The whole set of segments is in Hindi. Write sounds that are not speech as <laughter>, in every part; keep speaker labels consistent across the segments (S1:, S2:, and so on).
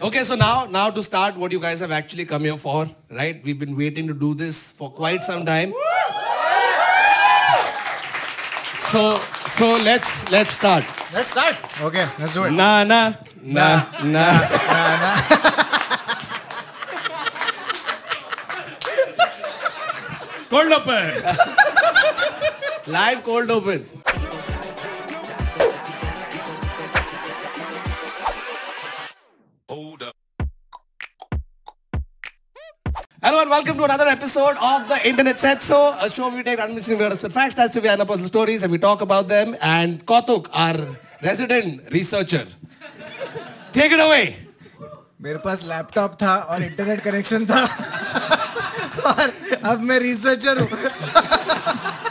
S1: Okay, so now, now to start what you guys have actually come here for, right? We've been waiting to do this for quite some time. So, so let's let's start.
S2: Let's start. Okay, let's do it.
S1: Na na na na. <laughs>
S3: Cold open.
S1: Live cold open.
S3: Hold up.
S1: Hello and welcome to another episode of the Internet Set So, a show where we take unmistakable and absurd facts, that's trivia, and personal stories, and we talk about them. And Kautuk, our resident researcher, take it away.
S2: मेरे पास लैपटॉप था और इंटरनेट कनेक्शन था <laughs> और अब मैं रिसर्चर हूँ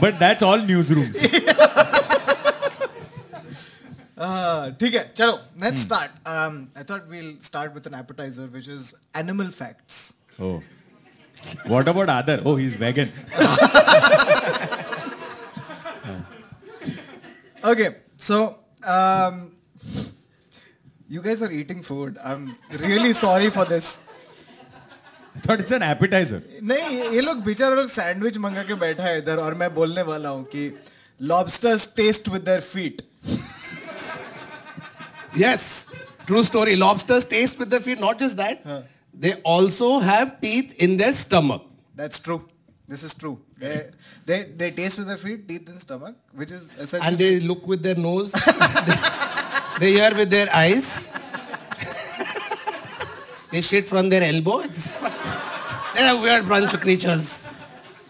S3: But that's all newsrooms.
S2: हाँ, ठीक है चलो Um, let's
S3: Hmm.
S2: Start I thought we'll start with an appetizer which is animal facts
S3: Oh. What about Adar? Oh, he's
S2: <laughs>
S3: vegan.
S2: Okay so you um, guys are eating food I am really sorry for this
S3: I thought it's an appetizer.
S2: नहीं ये लोग बेचारे लोग सैंडविच मंगा के बैठा है इधर और मैं बोलने वाला हूँ कि lobsters taste with their feet
S1: Yes, true story. Lobsters taste with their feet. Not just that,
S2: Huh.
S1: they also have teeth in their stomach.
S2: That's true. This is true. They, they, they taste with their feet, teeth, and stomach, which is essentially.
S1: And they look with their nose. <laughs> they hear with their eyes. <laughs> they shit from their elbow. It's fu- They're a weird bunch of creatures.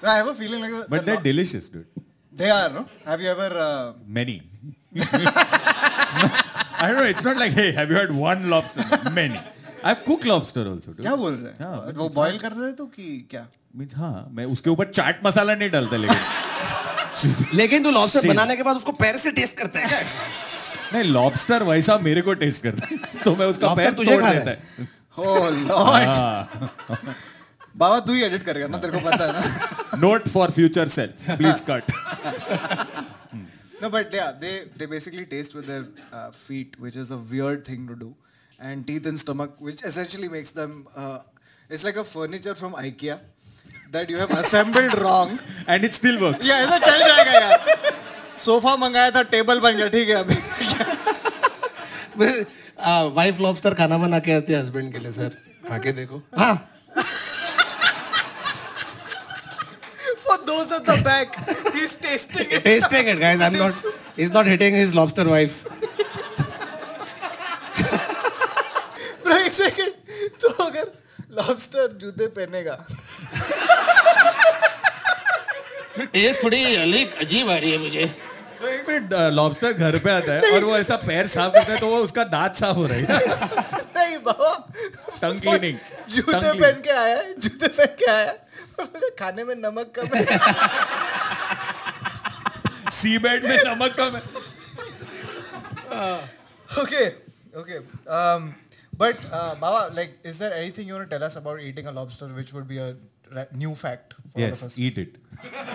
S2: No, I have a feeling like that.
S3: But they're delicious, dude.
S2: they are, no? Have you ever. Uh,
S3: Many. <laughs> It's not- I don't know. It's not like, hey, have you had one lobster? Many. I've cooked lobster also, dude.
S2: क्या बोल रहे हैं
S3: हाँ,
S2: वो बॉईल कर रहे तो कि क्या
S3: Means, हाँ, मैं उसके ऊपर चाट मसाला नहीं डालता लेकिन
S1: लेकिन तू लॉबस्टर
S3: Same.
S1: बनाने के बाद उसको पैर से टेस्ट करता है
S3: नहीं लॉबस्टर वैसा मेरे को टेस्ट करता है <laughs> तो मैं उसका
S1: Lobster
S3: पैर
S1: तुझे
S3: तोड़
S1: खा रहा
S3: देता
S1: है?
S3: है
S2: oh lord
S3: हाँ।
S2: <laughs> बाबा तू ही एडिट करेगा ना तेरे को पता है ना <laughs>
S3: note for future self please cut
S2: no but yeah they they basically taste with their uh, feet which is a weird thing to do and teeth and stomach which essentially makes them uh, it's like a furniture from ikea that you have assembled wrong
S3: and it still work
S2: या ऐसा चल जाएगा यार सोफा मंगाया था टेबल बन गया ठीक है अभी
S1: वाइफ लॉबस्टर uh, खाना बना के आती है हस्बैंड के लिए सर आके देखो हाँ
S2: for those at the back he is testing it
S1: tasting it, guys. I'm
S2: <laughs>
S1: not. He's not hitting his lobster wife.
S2: Bro एक सेकंड तो अगर लॉबस्टर जूते पहनेगा
S1: टेस्ट थोड़ी अलग अजीब आ रही है मुझे
S3: तो <laughs> एक मिनट लॉबस्टर घर पे आता है और वो ऐसा पैर साफ करता है तो वो उसका दांत साफ हो रहा है <laughs>
S2: नहीं बाबा
S3: Tongue cleaning. Tongue
S2: जूते
S3: cleaning.
S2: पहन के आया है जूते पहन के आया है। खाने में नमक कम है
S3: सी बेड में नमक कम है
S2: okay okay um but uh, baba like is there anything you want to tell us about eating a lobster which would be a ra- new fact for all of us
S3: yes eat it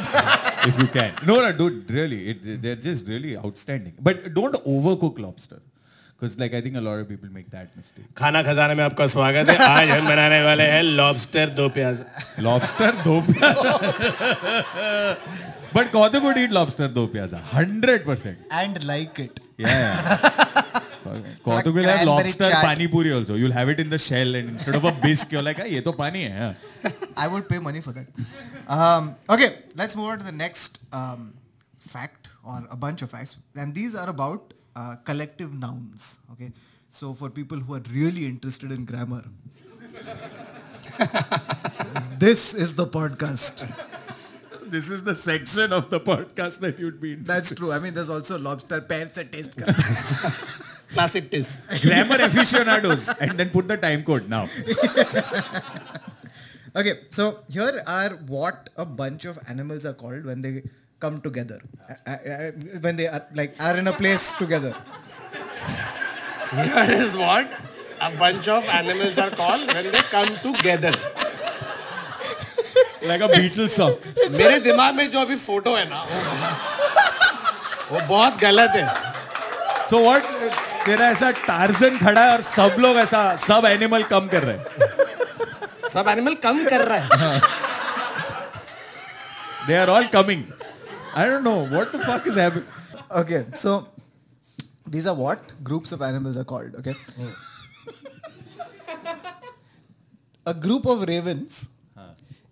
S3: <laughs> if you can no no dude really it, they're just really outstanding but don't overcook lobster because like i think a lot of people make that mistake
S1: खाना खजाना में आपका स्वागत है आज हम बनाने वाले हैं लॉबस्टर दो प्याज
S3: lobster dopya but Kautuk would eat lobster dopyaza 100%
S2: and like it
S3: yeah Kautuk will have
S2: Cranberry
S3: lobster
S2: chaat.
S3: pani puri also you'll have it in the shell and instead of a bisque you're like "Ah, ye to pani hai huh?"
S2: I would pay money for that. Um, okay, let's move on to the next um, fact or a bunch of facts, and these are about uh, collective nouns. Okay, so for people who are really interested in grammar, <laughs> this is the podcast.
S3: This is the section of the podcast that you'd be in.
S2: That's true. I mean, there's also lobster pears and taste.
S1: Classic taste
S3: Grammar aficionados. And then put the time code now.
S2: <laughs> okay, so here are what a bunch of animals are called when they come together, uh, uh, uh, when they are like are in a place together.
S1: Here is what A bunch of animals are called when they come together.
S3: Like a Beatles song.
S1: मेरे दिमाग में जो अभी फोटो है ना वो वो बहुत गलत है
S3: So what? तेरा ऐसा टार्जन खड़ा है और सब लोग ऐसा सब एनिमल कम कर रहे हैं
S1: सब एनिमल कम कर रहा है
S3: they are all coming I don't know what the fuck is happening
S4: Okay, so these are what groups of animals are called, okay?
S3: Oh.
S4: A group of ravens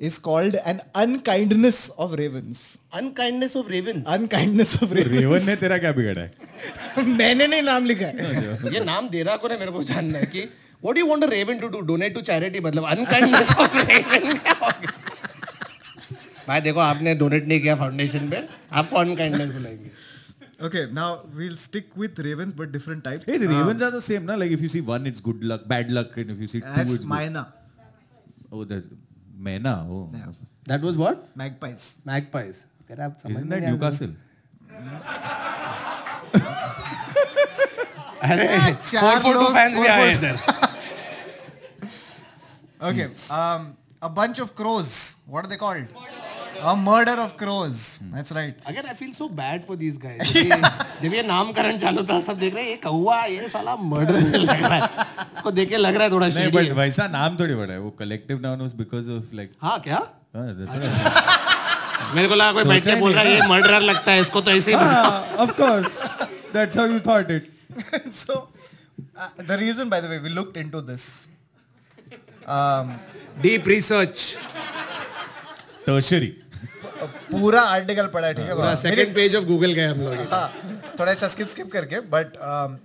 S4: is called an unkindness of ravens.
S1: Unkindness of raven
S4: Unkindness of ravens.
S3: Raven ने तेरा क्या बिगाड़ा है
S4: <laughs> मैंने नहीं नाम लिखा है
S1: ये नाम दे रहा कौन है मेरे को जानना है कि what you want a Raven to do donate to charity मतलब अनकाइंडनेस ऑफ <laughs> रेवन क्या हो गया? भाई देखो आपने डोनेट नहीं किया फाउंडेशन पे आपको अनकाइंडनेस बुलाएंगे
S4: Okay, now we'll stick with ravens but different types.
S3: Hey, the ravens are the same, na? Like if you see one, it's good luck, bad luck, and if you see two,
S4: That's
S3: it's good-
S4: myna,
S3: Oh, that's Mena. Oh,
S4: Yeah.
S1: That was what
S4: magpies.
S1: Magpies तेरा आप समझ
S3: isn't
S1: में
S3: that
S1: नहीं आ रहा।
S3: Newcastle?
S1: अरे
S4: चार
S1: 442
S4: लोग-
S1: फैंस भी आए इधर
S4: Okay, um, a bunch of crows. What are they called? A murder of crows.
S3: Hmm.
S4: That's right.
S1: अगर I feel so bad for these <laughs> guys जब ये नामकरण चालू था सब देख रहे हैं ये कौवा ये साला मर्डर लग रहा है इसको देख के लग रहा है थोड़ा
S3: नहीं
S1: shady
S3: बट
S1: है
S3: वैसा नाम थोड़ी बड़ा है वो collective noun was because of like
S1: हाँ क्या
S3: हाँ, that's what I said.
S1: मेरे को लगा कोई
S3: सोचा
S1: बैठ के
S3: ही
S1: बोल रहा है ये मर्डरर लगता है इसको तो ऐसे ही
S3: Ah, <laughs> of course that's how you thought it
S4: <laughs> so, uh, the reason, by the way, we looked into this. um,
S1: deep research
S5: हाँ।
S3: tertiary
S4: पूरा आर्टिकल पढ़ा है ठीक है
S1: पूरा
S4: बाबा?
S1: सेकंड पेज ऑफ गूगल गए हम लोग
S4: हाँ, थोड़ा ऐसा स्किप स्किप करके but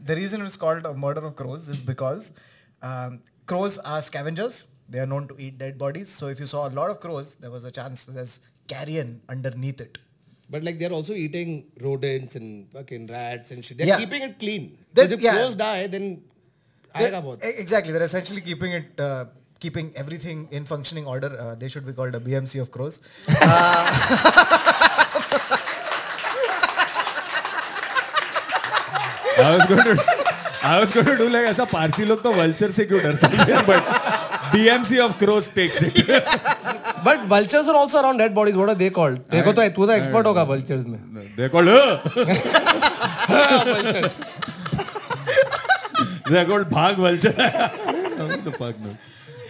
S4: the reason is called murder of crows is because um, crows are scavengers they are known to eat dead bodies so if you saw lot of crows there was a chance there carrion underneath it
S1: but like they are also eating rodents and fucking rats and shit they are
S4: Yeah.
S1: keeping it clean
S4: That-
S1: जब
S4: yeah.
S1: crows die then आएगा बहुत
S4: exactly there essentially keeping it uh, keeping everything in functioning order uh, they should be called a bmc of crows
S3: I was going to I was going to do like ऐसा पारसी लोग तो vulture से क्यों डरते हैं but DMC of crows takes it
S5: But vultures are also around dead bodies. What are they called? देखो तो तू तो expert होगा vultures में.
S3: they're called "Huh." they're called bhag vulture What the fuck no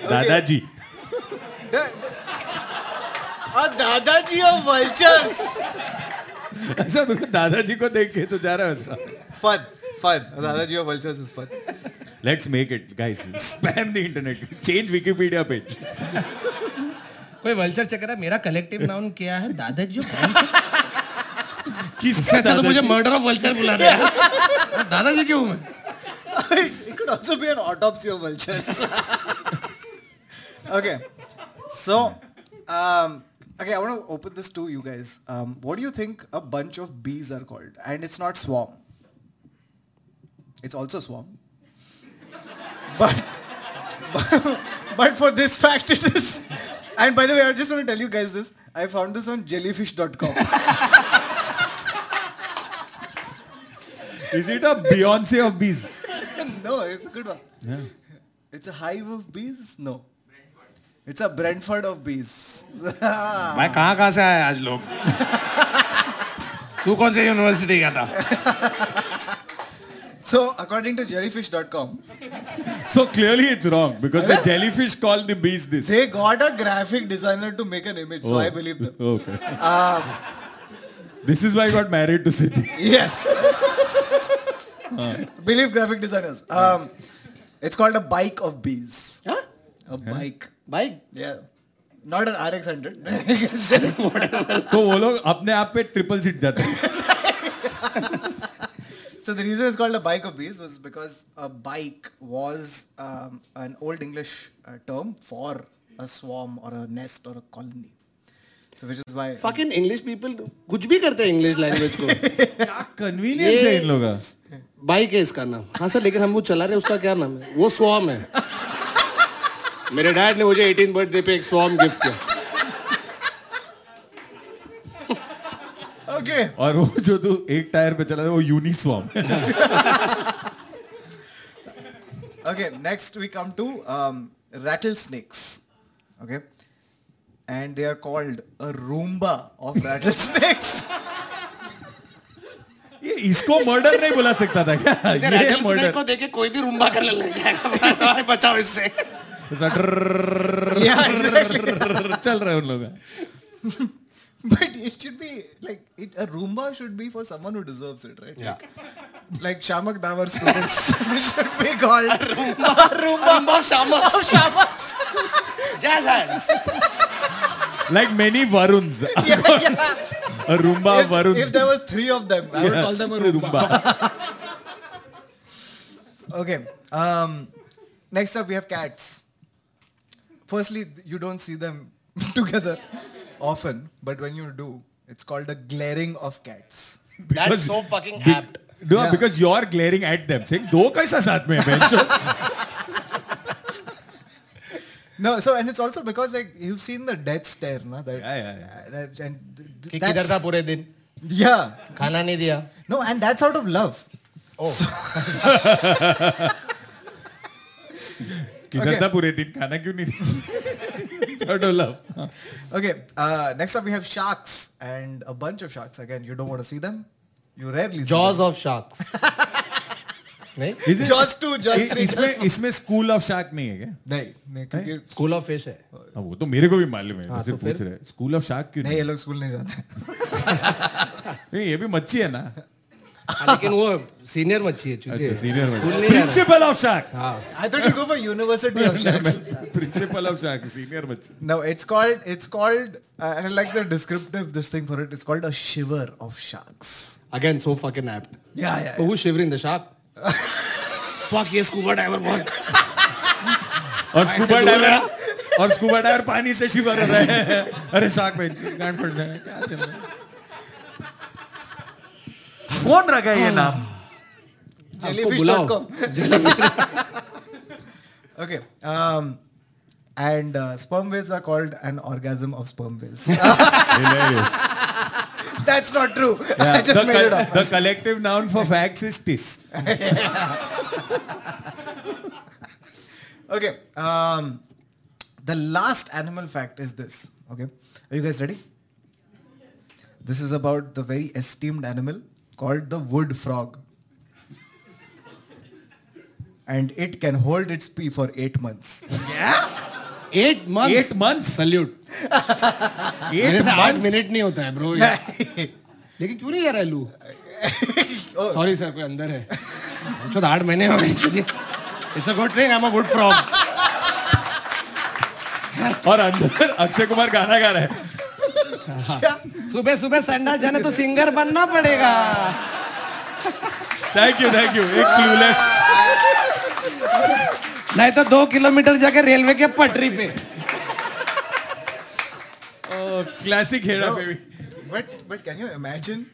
S3: दादाजी
S4: दादाजी ऑफ vultures
S3: ऐसा मेरे को दादाजी को देख के तो जा रहा है ऐसा
S2: Fun, fun. Dadaji of Vultures is fun. <laughs>
S3: Let's make it, guys. Spam the internet. Change Wikipedia page.
S1: कोई वल्चर चेक कर रहा है मेरा कलेक्टिव नाउन क्या है दादाजी
S3: किसका
S1: अच्छा तो मुझे मर्डर ऑफ वल्चर बुला रहा है <laughs> दादाजी क्यों मैं
S2: it could also be an autopsy of vultures. <laughs> okay, so um, okay, I want to open this to you guys. Um, what do you think a bunch of bees are called? And it's not swarm. It's also swarm. <laughs> But <laughs> but for this fact, it is. And by the way, I just want to tell you guys this. I found this on jellyfish.com.
S3: Is it a Beyonce of bees?
S2: <laughs> no, it's a good one. It's a hive of bees? No. It's a Brentford of bees. <laughs>
S1: मैं कहाँ कहाँ से आया आज लोग तू कौन से यूनिवर्सिटी गया था
S2: So, according to jellyfish.com,
S3: So clearly it's wrong because the jellyfish call the bees this.
S2: they got a graphic designer to make an image, so I believe
S3: <laughs>
S2: them.
S3: Okay. this is why I got married to Siddhi.
S2: Yes. believe graphic designers. Um, it's called a bike of bees. A bike.
S1: भाई
S2: Yeah. Not an RX 100. <laughs> It's just-
S3: तो वो लोग अपने आप पे ट्रिपल सीट जाते हैं
S2: so the reason it's called a bike of bees was because a bike was um, an old English uh, term for a swarm or a nest or a colony. So which is why
S1: fucking English people कुछ भी करते हैं इंग्लिश लैंग्वेज
S6: <laughs>
S1: को
S3: कन्वीनियंस है इन लोगों का
S1: बाइक है इसका नाम हाँ सर लेकिन हम वो चला रहे हैं उसका क्या नाम है वो स्वाम है मेरे डैड ने मुझे 18 बर्थडे पे एक स्वाम गिफ्ट
S6: <laughs>
S1: किया
S2: okay.
S3: और वो जो तू एक टायर पे चला रहा है, वो यूनिस्वाम
S2: Okay, next we come to um, rattlesnakes. Okay. And they are called a Roomba of rattlesnakes.
S3: ये इसको मर्डर नहीं बुला सकता था क्या ये
S6: रेडिएशन
S3: मर्डर
S6: को देखे कोई भी रूम्बा करने लग जाएगा <laughs> बचाओ इससे
S3: चल रहा है उन लोगों का
S2: But it should be like it, a Roomba should be for someone who deserves it, right? Yeah. Like, like Shamak Davar students <laughs> should be called <laughs>
S6: Roomba Shamak
S2: Shamaks.
S6: Jazz hands
S3: Like many Varuns. A Roomba
S2: If,
S3: Varun.
S2: if there was three of them, I would call
S3: <laughs>
S2: them a Roomba.
S7: Okay.
S2: Um, next up, we have cats. Firstly, th- you don't see them <laughs> together often, but when you do, it's called a glaring of cats.
S6: That's so fucking apt
S3: No, because you're glaring at them, saying, दो कैसा साथ में है,
S1: <laughs>
S3: बेंचो?
S2: No, so and it's also because like you've seen the death stare, na? That, uh,
S3: Yeah, yeah, yeah.
S2: that- and th- th-
S6: कि
S2: that's-
S6: किधर था पूरे दिन
S2: yeah,
S6: खाना नहीं दिया
S2: no, and that's out of love.
S3: किधर
S2: Okay.
S3: था पूरे दिन खाना क्यों नहीं दिया? <laughs> Sort of love. हाँ।
S2: Okay, uh, next up we have sharks and a bunch of sharks. Again, you don't want to see them. You rarely
S1: Jaws of <laughs> sharks. नहीं
S3: Is
S2: see them.
S3: it-
S2: Jaws two, Jaws
S3: इ-
S2: three.
S3: इसमें इसमें स्कूल ऑफ शार्क नहीं है क्या
S2: नहीं नहीं क्योंकि
S1: स्कूल ऑफ फिश है
S3: हाँ, वो तो मेरे को भी मालूम है
S1: हाँ,
S3: वैसे
S1: तो
S3: पूछ
S1: फिर?
S3: रहे स्कूल ऑफ शार्क क्यों
S2: नहीं
S3: नहीं
S2: ये लोग स्कूल नहीं जाते
S3: नहीं, ये भी मच्छी है ना
S1: हाँ, लेकिन वो सीनियर मच्छी है चूती
S3: अच्छा
S1: है। हाँ,
S3: सीनियर
S1: School नहीं जा रहा।
S3: Principal of shark
S2: I thought you go for university <laughs> of sharks.
S3: Principal of shark senior
S1: <laughs>
S3: मच्छी
S2: No, it's called it's called uh, and I like the descriptive this thing for it. It's called a shiver of sharks.
S1: Again, so fucking apt.
S2: Yeah, yeah.
S1: But who's shivering the shark? <laughs> Fuck ये scuba diver बहुत
S3: और स्कूबा डाइवर और स्कूबा डाइवर पानी से शिवर हो रहा है अरे शार्क में गांड फट जाएगा क्या चल रहा है कौन रखा
S2: Oh.
S3: है ये नाम
S2: Jellyfish.com.
S3: <laughs>
S2: Okay. Um, and uh, sperm whales are called an orgasm of sperm whales.
S3: Hilarious.
S2: <laughs> That's not true. I
S3: <laughs> Yeah,
S2: just
S3: the,
S2: made
S3: col-
S2: it up.
S3: the collective noun for facts is piss.
S2: Okay. Um, the last animal fact is this. Okay. Are you guys ready? This is about the very esteemed animal called the wood frog. And it can hold its pee for eight months. <laughs>
S1: eight months.
S3: Eight months.
S1: Salute.
S3: Eight
S1: मेरे से आठ
S3: months.
S1: मिनट नहीं होता है ब्रो लेकिन क्यों नहीं जा रहा है लू
S2: Oh,
S1: सॉरी सर कोई अंदर है चलो तो आठ महीने हो गए चलिए it's a good thing I am a good from
S3: और अंदर <laughs> अक्षय कुमार गाना गा रहा है
S1: सुबह सुबह संडा जाने तो सिंगर बनना पड़ेगा
S3: थैंक यू थैंक यू एक क्लूलेस
S1: नहीं तो दो किलोमीटर जाके रेलवे के पटरी पे
S3: Oh, classic Hera
S2: No,
S3: Pheri
S2: but but can you imagine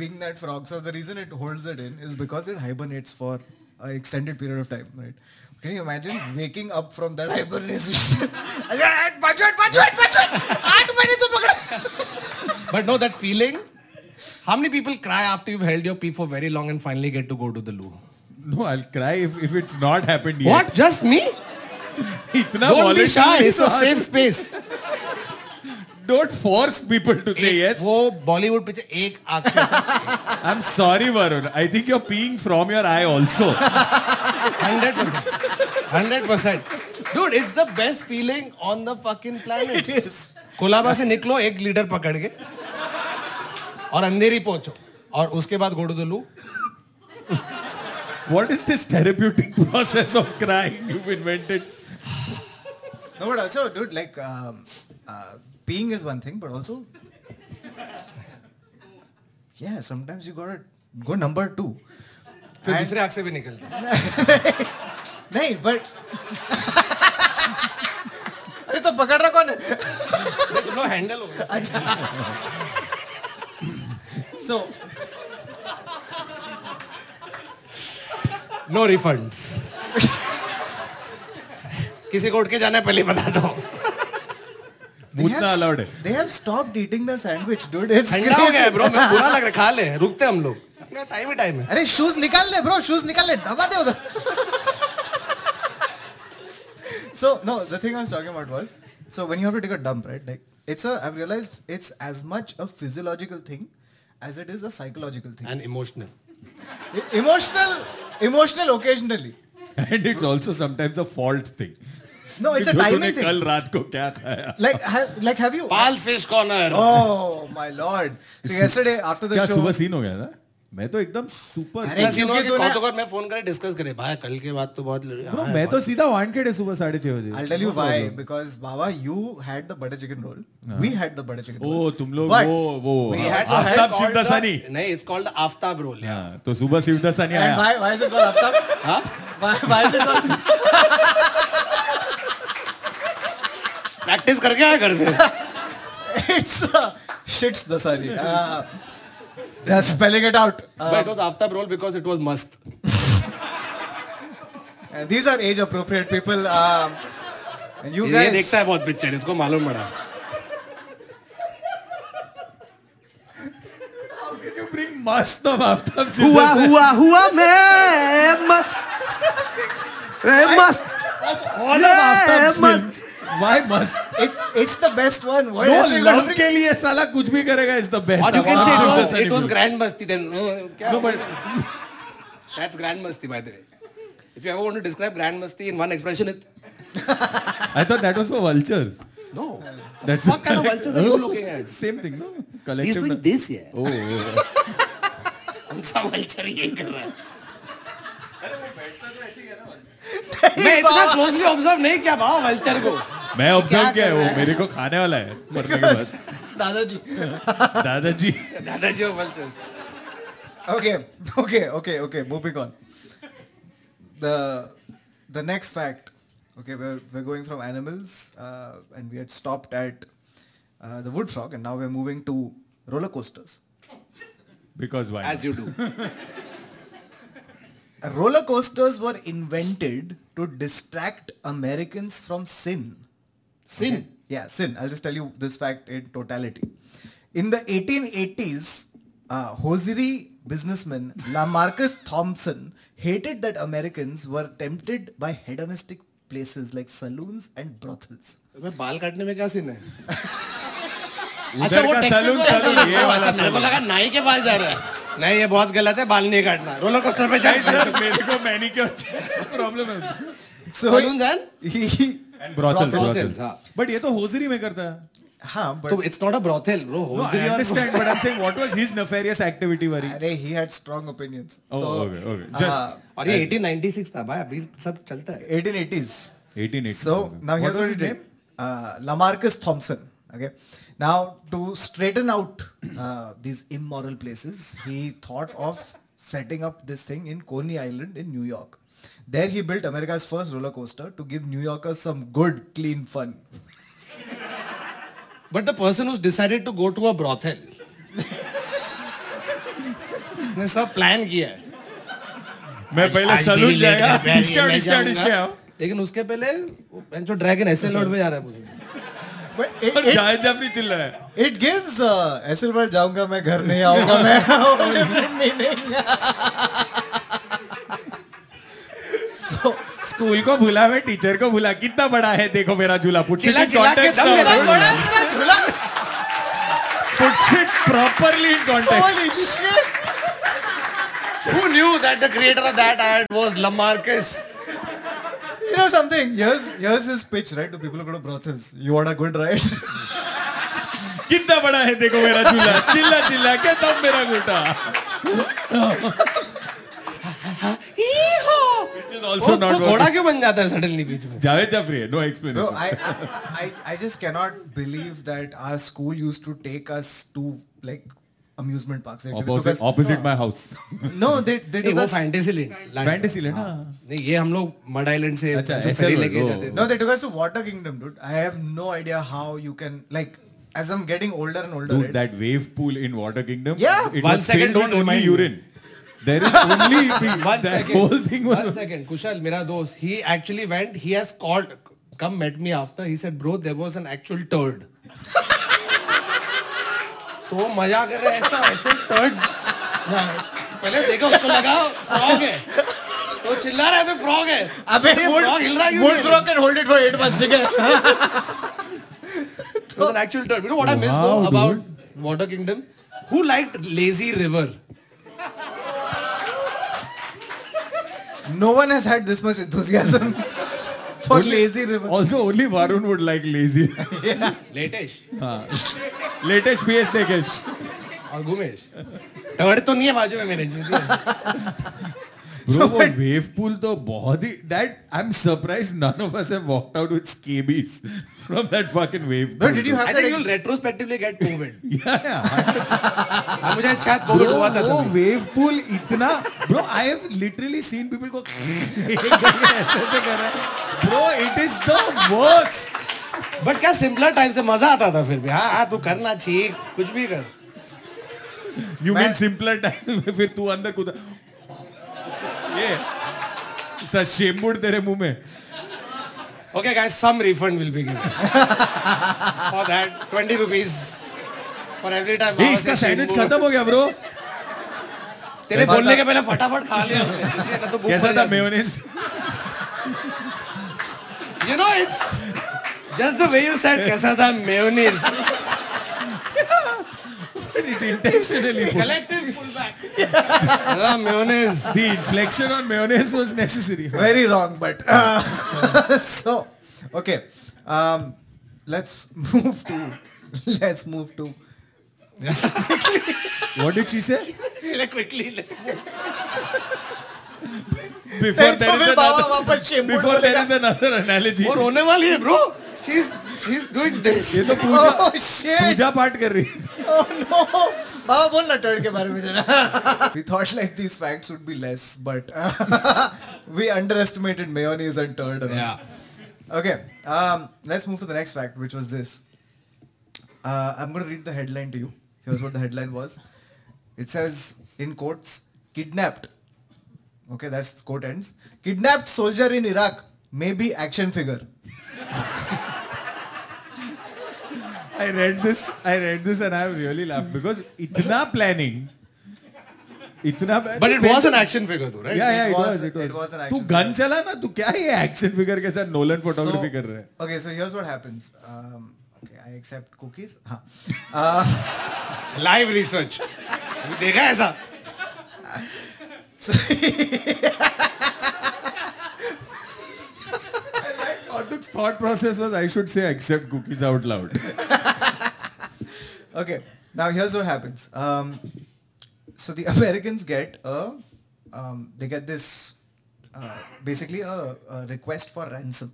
S2: being that frog? So the reason it holds it in is because it hibernates for an extended period of time, right? Can you imagine waking up from that hibernation? <laughs> बचोट बचोट बचोट आठ महीने से पकड़ा <laughs>
S1: but no that feeling how many people cry after you held your pee for very long and finally get to go to the loo
S3: no I cry if if it's not happened yet
S1: what just me
S3: इतना
S1: don't be
S3: <laughs>
S1: shy it's a
S3: volunteer
S1: safe space
S3: don't force people to say yes
S1: वो बॉलीवुड पिक्चर एक आंख के साथ
S3: I'm sorry, Varun. I think you're peeing from your eye also.
S2: <laughs>
S1: 100% 100% dude it's the best feeling on the fucking planet it is Colaba से निकलो एक लीडर पकड़ के और अंधेरी पहुंचो और उसके बाद go to the loo
S3: what is this therapeutic <laughs> process of crying you've invented?
S2: No, but also, dude, like um, uh, peeing is one thing, but also, yeah, sometimes you gotta go number two.
S1: फिर दूसरे आंख से भी निकलते
S2: नहीं but <laughs> अरे तो पकड़ रहा कौन है
S1: लो हैंडल हो गया
S2: So,
S1: नो रिफंड्स किसी को उठ के जाना है पहले ही बता दो
S2: they
S3: Mutna
S2: have-
S3: allowed है.
S2: They have stopped eating the sandwich, dude. It's
S1: ठंडा हो
S2: crazy.
S1: गया है
S2: <laughs>
S1: ब्रो मैं बुरा लग रहा है खा ले रुकते हम लोग टाइम ही टाइम है
S2: अरे शूज निकाल ले ब्रो शूज निकाल ले दबा दे उधर <laughs> so no the thing i was talking about was so when you have to take a dump right like it's a i've realized it's as much a physiological thing as it is a psychological thing
S1: and emotional
S2: E- emotional, emotional occasionally.
S3: And it's also sometimes a fault thing.
S2: Oh,
S7: No, it's a
S3: <laughs> जो तूने
S7: timing
S3: कल
S7: thing.
S3: रात को क्या खाया?
S7: Like, have, like, have you?
S1: Pal fish corner.
S2: Oh my lord! So yesterday after the
S3: क्या
S2: show,
S3: सुबह सीन हो गया था? मैं तो एकदम super.
S2: अरे,
S1: क्योंकि
S2: क्योंकि तूने-
S1: कौतुक और मैं फोन करे डिस्कस करे भाई कल के बाद तो बहुत लड़-
S3: Bro,
S1: हाँ,
S3: मैं तो सीधा वानखेड़े सुबह साढ़े छह बजे
S2: I'll tell you why. Because Baba, you had the butter chicken roll. We had the butter chicken roll.
S3: ओ तुम लोग
S2: But
S3: वो वो
S2: we had some help.
S3: Aftab
S1: called
S3: Shivdasani
S1: the- नहीं इट्स कॉल्ड आफ्ताब रोल
S3: हाँ, तो सुबह शिवदासानी
S2: And
S3: आया
S2: why, why is it called Aftab?
S3: <laughs>
S1: Huh?
S2: Why, why is it called? <laughs>
S1: Practice करके आया घर से
S2: it's uh, shits the sari. Uh, just spelling it out. Uh,
S1: But it was aftab roll because it was must.
S2: And these are age appropriate people. Um, and you
S1: ये
S2: guys.
S1: देखता है बहुत पिक्चर इसको मालूम पड़ा
S3: यू ब्रिंग मस्त ऑफ आफ्ताब
S6: हुआ
S3: शिवदासानी
S6: हुआ हुआ मैं मस्त मैं मस्त
S3: of all of Aftab
S6: Yeah,
S3: films why must
S2: It's, it's the best one. What else
S3: No,
S2: you
S3: love
S2: gonna bring?
S3: के लिए साला कुछ भी करेगा इज द बेस्ट
S1: और you can say it was it was Grand Masti then
S3: No,
S1: <laughs>
S3: but
S1: that's Grand Masti by the way if you ever want to describe Grand Masti in one expression it
S3: I thought that was for vultures.
S1: No
S3: That's
S1: What kind of vultures
S3: <laughs>
S1: are you looking at?
S3: Same thing, no?
S1: He's
S3: Collective.
S1: doing
S3: na-
S1: this yeah.
S3: Oh, oh, oh.
S1: कौन सा vulture ये कर रहा <laughs> है मैं इतना
S2: Baba.
S1: क्लोजली ऑब्जर्व नहीं किया भाव वल्चर को
S3: oh। मैं
S2: क्या
S3: ऑब्जर्व
S2: कर
S3: किया है वो
S2: रहा है?
S3: मेरे को खाने वाला है मरने के
S2: Yes. <laughs>
S3: बाद
S2: Dadaji.
S3: दादाजी
S1: दादाजी और vulture
S2: Okay, <laughs> okay, okay, okay. Moving on. The the next fact. Okay, we're we're going from animals, uh, and we had stopped at uh, the wood frog, and now we're moving to roller coasters.
S3: because why
S1: as you do
S2: Uh, Roller coasters were invented to distract Americans from sin.
S1: sin
S2: Okay? Yeah, sin. I'll just tell you this fact in totality. In the 1880s, uh, hosiery businessman Lamarcus Thompson hated that Americans were tempted by hedonistic places like saloons and brothels.
S1: मैं बाल काटने में क्या सीन <laughs> है
S3: उधर का सलून सलून ये वाला
S1: अच्छा मेरे को लगा नाई के पास जा रहा है नहीं ये बहुत गलत है बाल नहीं काटना रोलर कोस्टर पे
S3: नहीं,
S1: <laughs> चल
S3: सर <laughs> मेरे को मैनिक्योर प्रॉब्लम है उसमें।
S2: So
S1: Saloons and?
S2: he, <laughs>
S3: And brothels,
S1: Brothels,
S3: brothels.
S1: हाँ.
S3: But ये तो होजरी में करता है.
S2: huh, but
S1: तो it's not a brothel bro
S3: No, I understand, but I'm saying what was his nefarious activity, Vari?
S2: अरे, he had strong opinions. Uh,
S3: Oh,
S2: So,
S3: okay, okay. Just
S1: <laughs> और ये 1896 था भाई अभी सब चलता है
S2: 1880s.
S3: 1880.
S2: So now here's what he did. Uh, Lamarcus Thompson. Okay. Now to straighten out uh, these immoral places, he thought of setting up this thing in Coney Island in New York. There he built America's first roller coaster to give New Yorkers some good, clean fun.
S1: But the person who's decided to go to a <laughs> brothel. ने सब प्लान किया है
S3: मैं पहले
S1: आज
S3: सलून
S1: मेरी late
S3: जाएगा
S1: night है,
S3: डिस्काउंट
S1: मैं
S3: डिस्काउंट
S1: जाऊंगा।
S3: डिस्काउंट
S1: लेकिन उसके पहले वो बेंचो ड्रैगन ऐसे <laughs> लौट पे जा रहा है मुझे
S2: But it,
S3: और
S2: it,
S3: जाहिद जाफरी चिल्ला है
S2: it gives uh, Esselbert जाऊंगा मैं घर नहीं आऊंगा <laughs> मैं whole different meaning. so
S3: school को भूला मैं टीचर को भूला कितना बड़ा है देखो मेरा झूला पुट्स
S1: चिल्ला- चिल्ला के दम मेरा झूला।
S3: Puts it properly in context
S2: holy shit.
S1: Who knew that the creator of that ad was Lamarcus?
S2: <laughs> You know something? Here's here's his pitch, right? To people who go to brothels. You want a good ride? <laughs>
S3: कितना बड़ा है देखो मेरा झूला चिल्ला चिल्ला के दम मेरा घूटा Which is also
S1: वो
S3: not
S1: वो घोड़ा
S3: working.
S1: क्यों बन जाता है सडनली बीच में
S3: जावेद जाफरी है no
S2: Bro,
S3: explanation
S2: I, I I
S3: <laughs>
S2: I just cannot believe that our school used to take us to like amusement parks. They took us-
S3: opposite opposite
S2: हाँ।
S3: my
S2: <laughs>
S3: house
S2: No, they they
S1: नहीं
S2: took
S1: वो
S2: us.
S1: Fantasy Land
S3: Fantasy Land
S2: हाँ।
S1: नहीं ये हम लोग मड आइलैंड से
S3: अच्छा,
S1: जो
S3: ऐसे
S1: ferry
S3: लोग,
S1: लेके
S3: ओ,
S1: जाते थे
S2: No, they took us to Water Kingdom, dude. I have no idea how you can like. As I'm getting older and older,
S3: Dude,
S2: right?
S3: that wave pool in Water Kingdom.
S2: Yeah.
S3: It
S1: One
S3: was
S1: second,
S3: filled
S1: don't
S3: with only
S1: remind me.
S3: urine. There is
S2: <laughs>
S3: only pee.
S1: One
S3: that
S1: second.
S3: whole thing was.
S1: One second. Kushal, मेरा दोस्त, he actually went. He has called, come met me after. He said, bro, there was an actual turd. <laughs> तो वो मजा कर रहा है ऐसा ऐसे turd. पहले देखो उसको लगा frog है. तो चिल्ला रहा है मैं frog है.
S2: अबे
S1: ये
S2: wood,
S1: frog हिल रहा है क्यों
S2: wood
S1: नहीं?
S2: frog can hold it for eight months. ठीक है?
S1: <laughs> It was an actual turd. You know what I miss
S3: Wow,
S1: though
S3: dude.
S1: about Water Kingdom? Who liked lazy river?
S2: No one has had this much enthusiasm <laughs> for lazy river.
S3: Also, only Varun would
S2: <laughs>
S3: like lazy.
S1: लेटेश
S3: Latest PS takers.
S1: और घूमेश टर्ड तो नहीं है बाजू में मेरे जिनकी
S3: <laughs> Bro, वो wave pool तो बहुत ही that I'm surprised none of us have walked out with scabies <laughs> from that fucking wave pool.
S2: Bro, did you
S1: I think
S2: have that?
S1: You will retrospectively get Covid
S3: Yeah, yeah.
S1: मुझे शायद
S3: Bro,
S1: कोविड हुआ था
S3: वो
S1: तभी
S3: wave pool इतना bro I have literally seen people को ऐसे ऐसे कर रहा है bro it is the worst
S1: but क्या सिंपलर टाइम से मजा आता था फिर भी हाँ हाँ तू करना चाहिए कुछ भी कर
S3: you mean
S2: मैं-
S3: simpler time में फिर तू अंदर कूदा ये सर शेम्बुड तेरे मुंह में
S1: okay guys some refund will be <laughs> given for that 20 rupees for every time
S3: a इसका सैंडविच खत्म हो गया bro
S1: तेरे
S3: कैसा
S1: बोलने
S3: था?
S1: के पहले फटाफट खा लिया
S3: <laughs>
S1: मैंने, ना तो भूख
S3: कैसा
S1: लग
S3: था
S1: जाती।
S3: Mayonnaise
S1: You know, it's just the way you said कैसा था mayonnaise
S3: <laughs>
S1: <laughs>
S3: it's intentionally put.
S1: Collective pullback <laughs> हाँ <laughs> mayonnaise
S3: The inflection on mayonnaise was necessary.
S2: Very wrong, but uh, <laughs> so okay. Um, let's <laughs> move to let's move to
S3: What did she say?
S1: quickly
S3: Before there is
S7: फिर बाबा
S3: another,
S7: वापस Chembur
S3: before there is another analogy.
S1: वो रोने वाली है bro she is she is doing this
S3: ये तो पूजा
S7: Oh shit!
S3: पूजा पाठ कर रही है
S7: Oh no! बाबा बोल ना टर्ड के बारे में जरा
S2: we thought like these facts would be less, but <laughs> we underestimated mayonnaise and turd. around.
S1: Yeah.
S2: Okay. Um, let's move to the next fact, which was this. Uh, I'm going to read the headline to you. Here's what the headline was. It says, in quotes, kidnapped. Okay, that's quote ends. Kidnapped soldier in Iraq may be action figure.
S3: I read this. I read this and I really laughed because इतना planning. इतना
S1: but it was an action figure though right
S3: Yeah, yeah, it
S2: It was-
S3: was. It was,
S2: it was an
S3: तू
S2: action
S3: गन चला ना तू क्या ये action figure के साथ नोलन फोटोग्राफी कर रहा है
S2: Okay, so here's what happens. Um, okay, I accept cookies. Huh. Uh, <laughs>
S1: live research देखा ऐसा
S3: Kautik's thought process was I should say accept cookies out loud.
S2: <laughs> okay, now here's what happens. Um, so the <laughs> Americans get a, um, they get this, uh, basically a, a request for ransom.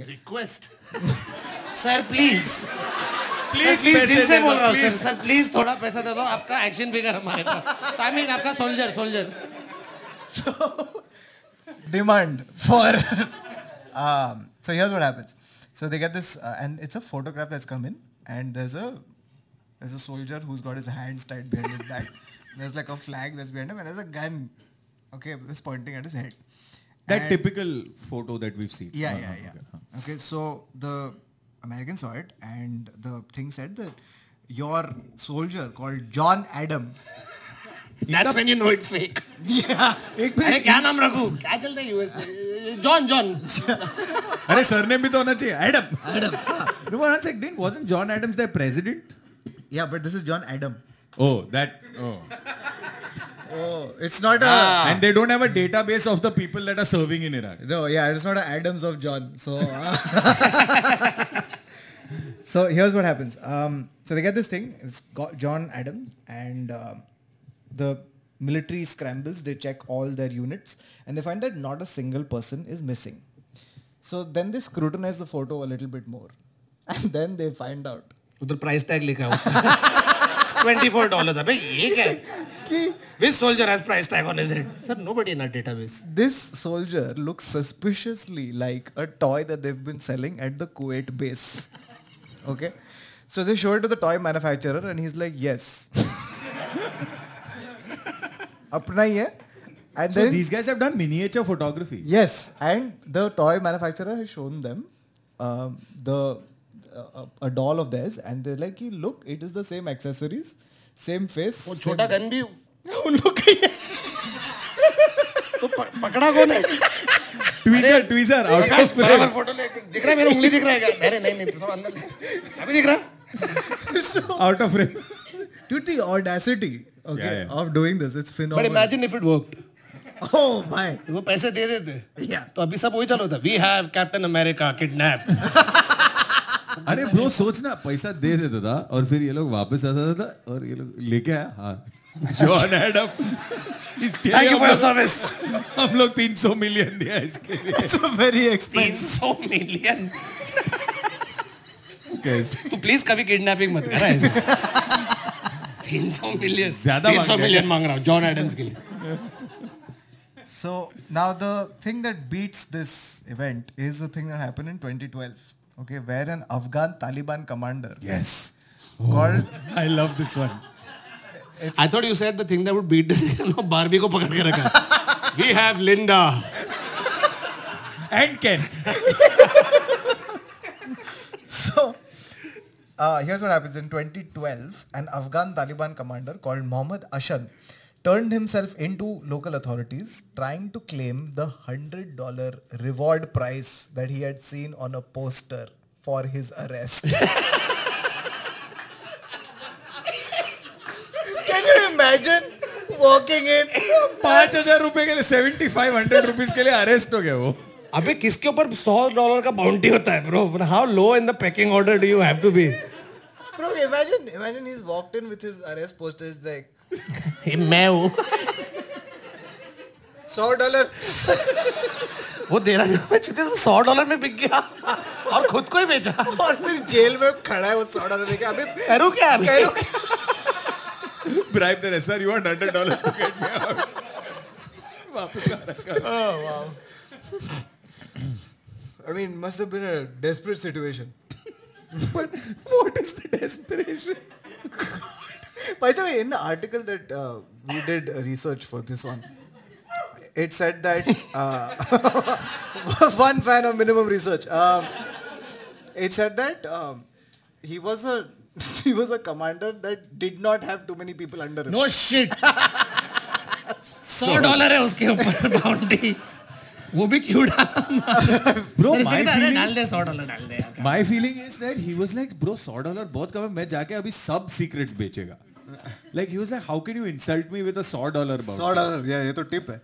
S1: Request sir please please
S3: Sir, please
S1: please दिल से बोल
S3: पैसे दे दो,
S1: रहा हूँ सर
S3: please.
S1: सर प्लीज थोड़ा पैसा दे दो आपका एक्शन फिगर हमारे पास आई मीन आपका soldier soldier
S2: <laughs> demand for. <laughs> um, so here's what happens. So they get this, uh, and it's a photograph that's come in, and there's a there's a soldier who's got his hands tied behind his <laughs> back. There's like a flag that's behind him, and there's a gun. Okay, that's pointing at his head.
S3: That
S2: And-
S3: typical photo that we've seen.
S2: yeah,
S3: Uh-huh,
S2: yeah, yeah.
S3: okay, uh-huh.
S2: Oh, Okay, so the American saw it, and the thing said that your soldier called John Adam.
S1: That's when you know it's fake
S2: Yeah.
S3: एक
S1: अरे
S3: मिनट
S1: क्या नाम रखूं क्या चलता है यूएस में जॉन जॉन
S3: अरे सरनेम भी तो होना चाहिए Adam no one sec didn't wasn't John Adams their president
S2: Yeah, but this is John Adam.
S3: oh that oh
S2: Oh, it's not a.
S3: and they don't have a database of the people that are serving in Iraq
S2: No, yeah, it's not an Adams of John. So, uh, <laughs> so here's what happens. Um, so they get this thing. It's got John Adams, and um the military scrambles. They check all their units, and they find that not a single person is missing. So then they scrutinize the photo a little bit more, <laughs> and then they find out <laughs>
S1: उधर प्राइस टैग लिखा है <laughs> ट्वेंटी फोर डॉलर अबे ये क्या
S2: कि
S1: which soldier has price tag on his head sir nobody in our database
S2: this soldier looks suspiciously like a toy that they've been selling at the Kuwait base. Okay. So they show it to the toy manufacturer and he's like, yes. <laughs> Apna hi hai. And
S3: so
S2: then,
S3: these guys have done miniature <laughs> photography
S2: yes. And the toy manufacturer has shown them um, the uh, a doll of theirs and they're like, "Ki, look, it is the same accessories, same face.
S3: Oh,
S1: वो
S2: <laughs> same-
S1: छोटा गन भी
S2: उन <laughs> लोग का ही है.
S1: तो प- पकड़ा कौन है
S3: tweezer tweezer out of spray
S1: बराबर फोटो ले दिख रहा है मेरा उंगली दिख रहा है क्या? अरे नहीं नहीं थोड़ा अंदर ले। अभी दिख रहा
S3: out of frame <laughs>
S2: Dude, the audacity okay,
S3: Yeah, yeah.
S2: of doing this, it's
S1: but
S2: phenomenal.
S1: Imagine if it worked
S2: Oh my.
S1: वो पैसे दे देते
S2: Yeah.
S1: तो अभी सब वही चालू होता we have captain America <laughs> kidnap
S3: अरे ब्रो सोचना पैसा दे देता था और फिर ये लोग वापस आता था और ये लोग लेके आया हाँ जॉन एडम इसके
S1: थैंक
S3: लिए
S1: यू
S3: हम
S1: फॉर योर
S3: लोग-
S1: सर्विस
S3: <laughs> हम लोग तीन सौ मिलियन दिया इसके लिए
S2: <laughs> It's a very expensive.
S1: 300 million
S3: कैसे
S1: तू प्लीज कभी किडनैपिंग मत करा तीन सौ मिलियन
S3: ज्यादा मांग रहे हैं।
S1: मिलियन मांग रहा हूँ जॉन एडम्स के लिए
S2: So now the thing that beats this event is the thing that happened in 2012. Okay, where an Afghan Taliban commander
S3: Yes.
S2: called
S3: I love this one.
S1: I thought you said the thing that would beat <laughs> the no, Barbie को पकड़ के रखा We have <laughs> Linda.
S3: And Ken.
S7: So, uh, here's what happens. In 2012, an Afghan Taliban commander called Mohammad Ashan turned himself into local authorities trying to claim the $100 reward prize that he had seen on a poster for his arrest. Can you imagine walking in?
S3: पांच हजार रुपए के लिए सेवेंटी फाइव हंड्रेड रुपीज के लिए अरेस्ट हो गया वो
S1: अबे किसके ऊपर सौ डॉलर का बाउंटी होता है bro how low in the packing order do you have to be
S7: Bro, imagine, imagine he's walked in with his arrest poster. He's like,
S1: <laughs> मैं हूँ
S7: $100.
S1: वो दे रहा मैं छुट्टी से सौ डॉलर में बिक गया और खुद को ही बेचा
S7: और फिर जेल में खड़ा है वो सौ डॉलर लेके अभी
S1: <laughs> करूँ क्या अभी?
S7: करूँ
S3: bribe the sir you want hundred dollar to get me out
S2: I mean, must have been a desperate situation.
S3: but what is the desperation
S2: By the way, in the article that uh, we did uh, research for this one, it said that uh, <laughs> one fan of minimum research. Um, it said that um, he was a <laughs> he was a commander that did not have too many people under him.
S1: No shit सौ डॉलर है उसके ऊपर बाउंटी वो भी क्यों डाला
S3: bro my
S1: रिस्पेक्ट अरे डाल
S3: feeling
S1: दे सौ डॉलर डाल दे यार
S3: my feeling is that he was like bro सौ डॉलर बहुत कम है मैं जाके अभी सब secrets बेचेगा like he was like how can you insult me with a सौ डॉलर
S2: सौ
S3: बाउंटी
S2: डॉलर या ये तो टिप है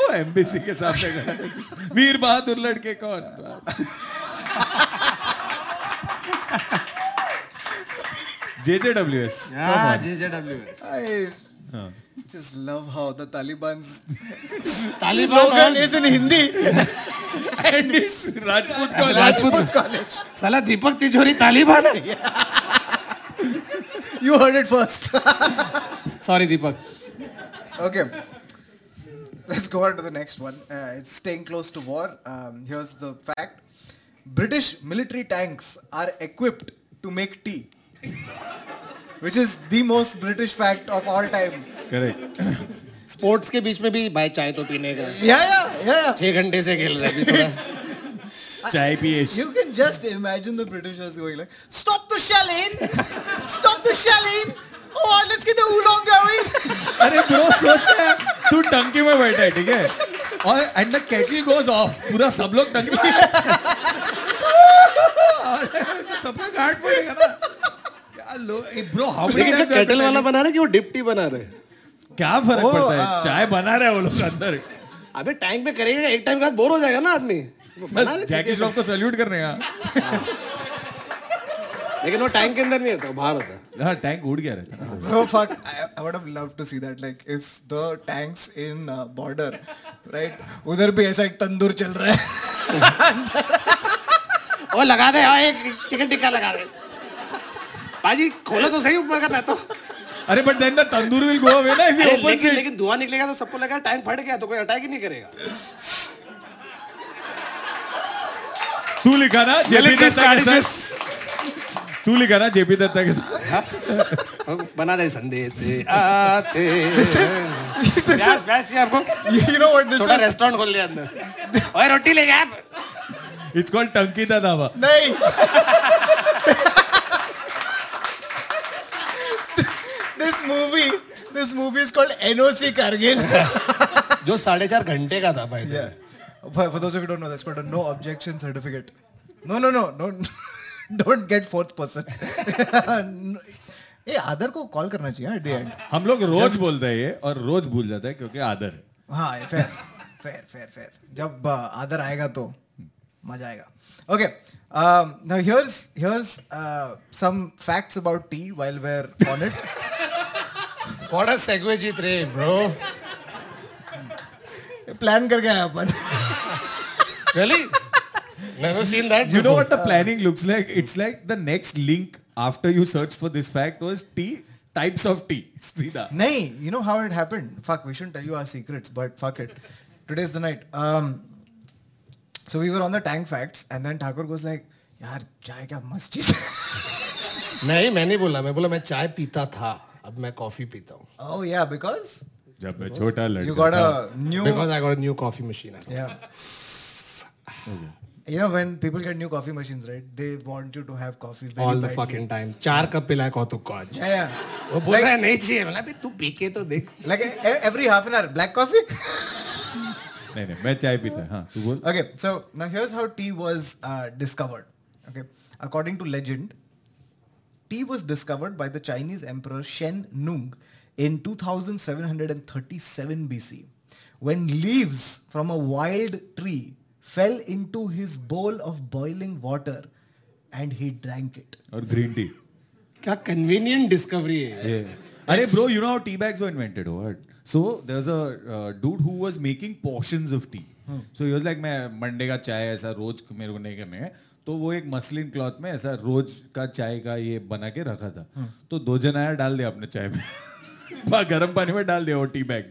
S3: वो embassy के सामने खड़ा। वीर बहादुर लड़के कौन <laughs> JJWS come on
S2: I हाँ। just love how the Taliban's
S1: Taliban
S2: slogan
S1: और-
S2: is in Hindi.
S3: <laughs> and it's Rajput College.
S2: Rajput College.
S1: साला दीपक तिजोरी तालिबान है
S2: You heard it first. <laughs>
S1: Sorry Deepak
S2: okay. Let's go on to the next one. Uh, it's staying close to war. Um, here's the fact. British military tanks are equipped to make tea. Which is the most British fact of all time.
S3: Correct.
S1: Sports के बीच में भी भाई चाय तो पीने का है।
S2: Yeah, yeah, yeah, yeah.
S1: छह घंटे से खेल रहा है अभी थोड़ा <laughs>
S3: Chai piyesh.
S2: You can just imagine the Britishers going like, stop the shelling! stop the shelling! Oh, let's get the oolong going! <laughs>
S3: अरे bro सोच रहा है तू टंकी में बैठा है ठीक है और and the kettle goes off पूरा सब लोग टंकी में अरे, तो सबका घाट पड़ेगा ना क्या लोग ब्रो हाउ मेनी
S1: लेकिन कैटल वाला बना रहा है कि वो डिप्टी बना रहा है
S3: क्या फर्क पड़ता है चाय बना रहा है वो लोग अंदर
S1: अबे टैंक में करेगा एक टाइम के बाद बोर हो जाएगा ना आदमी बना
S3: बस
S1: लेते
S3: जैकी श्रॉफ को सैल्यूट करने का
S1: हैं। लेकिन वो टैंक के अंदर नहीं होता वो बाहर होता है।
S3: हाँ टैंक उड़ गया रहता है
S2: Bro, fuck, I, I would have loved to see that. Like, if the tanks in uh, border, right? उधर भी ऐसा एक तंदूर चल रहा है <laughs>
S1: ओ लगा दे हाँ, एक चिकन टिक्का लगा दे बाजी खोलो तो सही ऊपर का मैं तो
S3: अरे but then the tandoor will go away ना इफ यू
S1: अरे,
S3: ओपन
S1: लेकिन लेकिन धुआं निकलेगा तो सबको लगेगा टैंक फट गया तो कोई अटैक ही नहीं करेगा
S3: तू लिखा ना जेपी
S1: Military
S3: दत्ता के साथ तू लिखा ना जेपी दत्ता के साथ
S1: हम बना दे संदेश से आते प्यास प्यास चाहिए आपको
S2: You know what this
S1: छोटा
S2: is?
S1: रेस्टोरेंट खोल लिया अंदर ओए रोटी ले गया आप
S3: इट्स कॉल्ड टंकी दा दावा
S2: नहीं This movie, this movie is called NOC Kargil.
S1: जो साढ़े चार घंटे का था भाई
S2: yeah. For, for those of you who don't know, that's called a no objection certificate. <laughs> No, no, no, don't, don't get fourth person. <laughs> ए आदर को कॉल करना चाहिए एट द एंड
S3: हम लोग रोज बोलते हैं ये और रोज भूल जाता है क्योंकि आदर है
S2: हाँ फेयर फेयर फेयर फेयर जब uh, आदर आएगा तो मजा आएगा Okay, um, now here's here's uh, some facts about tea while we're on it. <laughs>
S1: What a segue, Jeet Ray, bro.
S2: Plan करके आया अपन <laughs>
S1: Really? Never seen that
S3: You know
S1: before.
S3: what the planning looks like? It's like the next link after you search for this fact was tea, types of <laughs> tea. Srida.
S2: नहीं you know how it happened fuck we shouldn't tell you our secrets but fuck it today is the night Um, so we were on the tank facts and then Thakur goes like यार चाय क्या मस्त चीज <laughs>
S1: नहीं मैं नहीं बोला मैं बोला मैं चाय पीता था अब मैं कॉफी पीता हूँ
S2: ओह या बिकॉज़
S3: जब मैं छोटा
S2: Oh, you
S3: लड़का
S2: got
S3: था,
S2: a new
S1: because I got new coffee machine
S2: yeah you know when people get new coffee machines right they want you to have coffee very
S1: all the
S2: badly.
S1: Fucking time चार कप पिलाए कौतुक को आज
S2: yeah yeah
S1: वो बोल रहा है नहीं चाहिए बोला "अबे तू पी के तो देख
S2: like e- every half an hour black coffee <laughs>
S3: नहीं नहीं मैं चाय पीता है, हाँ तू बोल
S2: okay so now here's how tea was uh, discovered okay according to legend tea was discovered by the chinese emperor shen nung in 2737 bc when leaves from a wild tree fell into his bowl of boiling water and he drank it
S3: और ग्रीन टी
S1: क्या कन्वीनियंट डिस्कवरी है
S3: अरे bro you know how tea bags were invented what so there is a dude who was making portions of tea so he was like मैं मंडे का चाय ऐसा रोज मेरे को नहीं करने है तो वो एक मसलिन क्लॉथ में ऐसा रोज का चाय का ये बना के रखा था तो दो जन आया डाल दिया अपने चाय में <laughs> बा- गरम पानी में डाल दिया वो टी बैग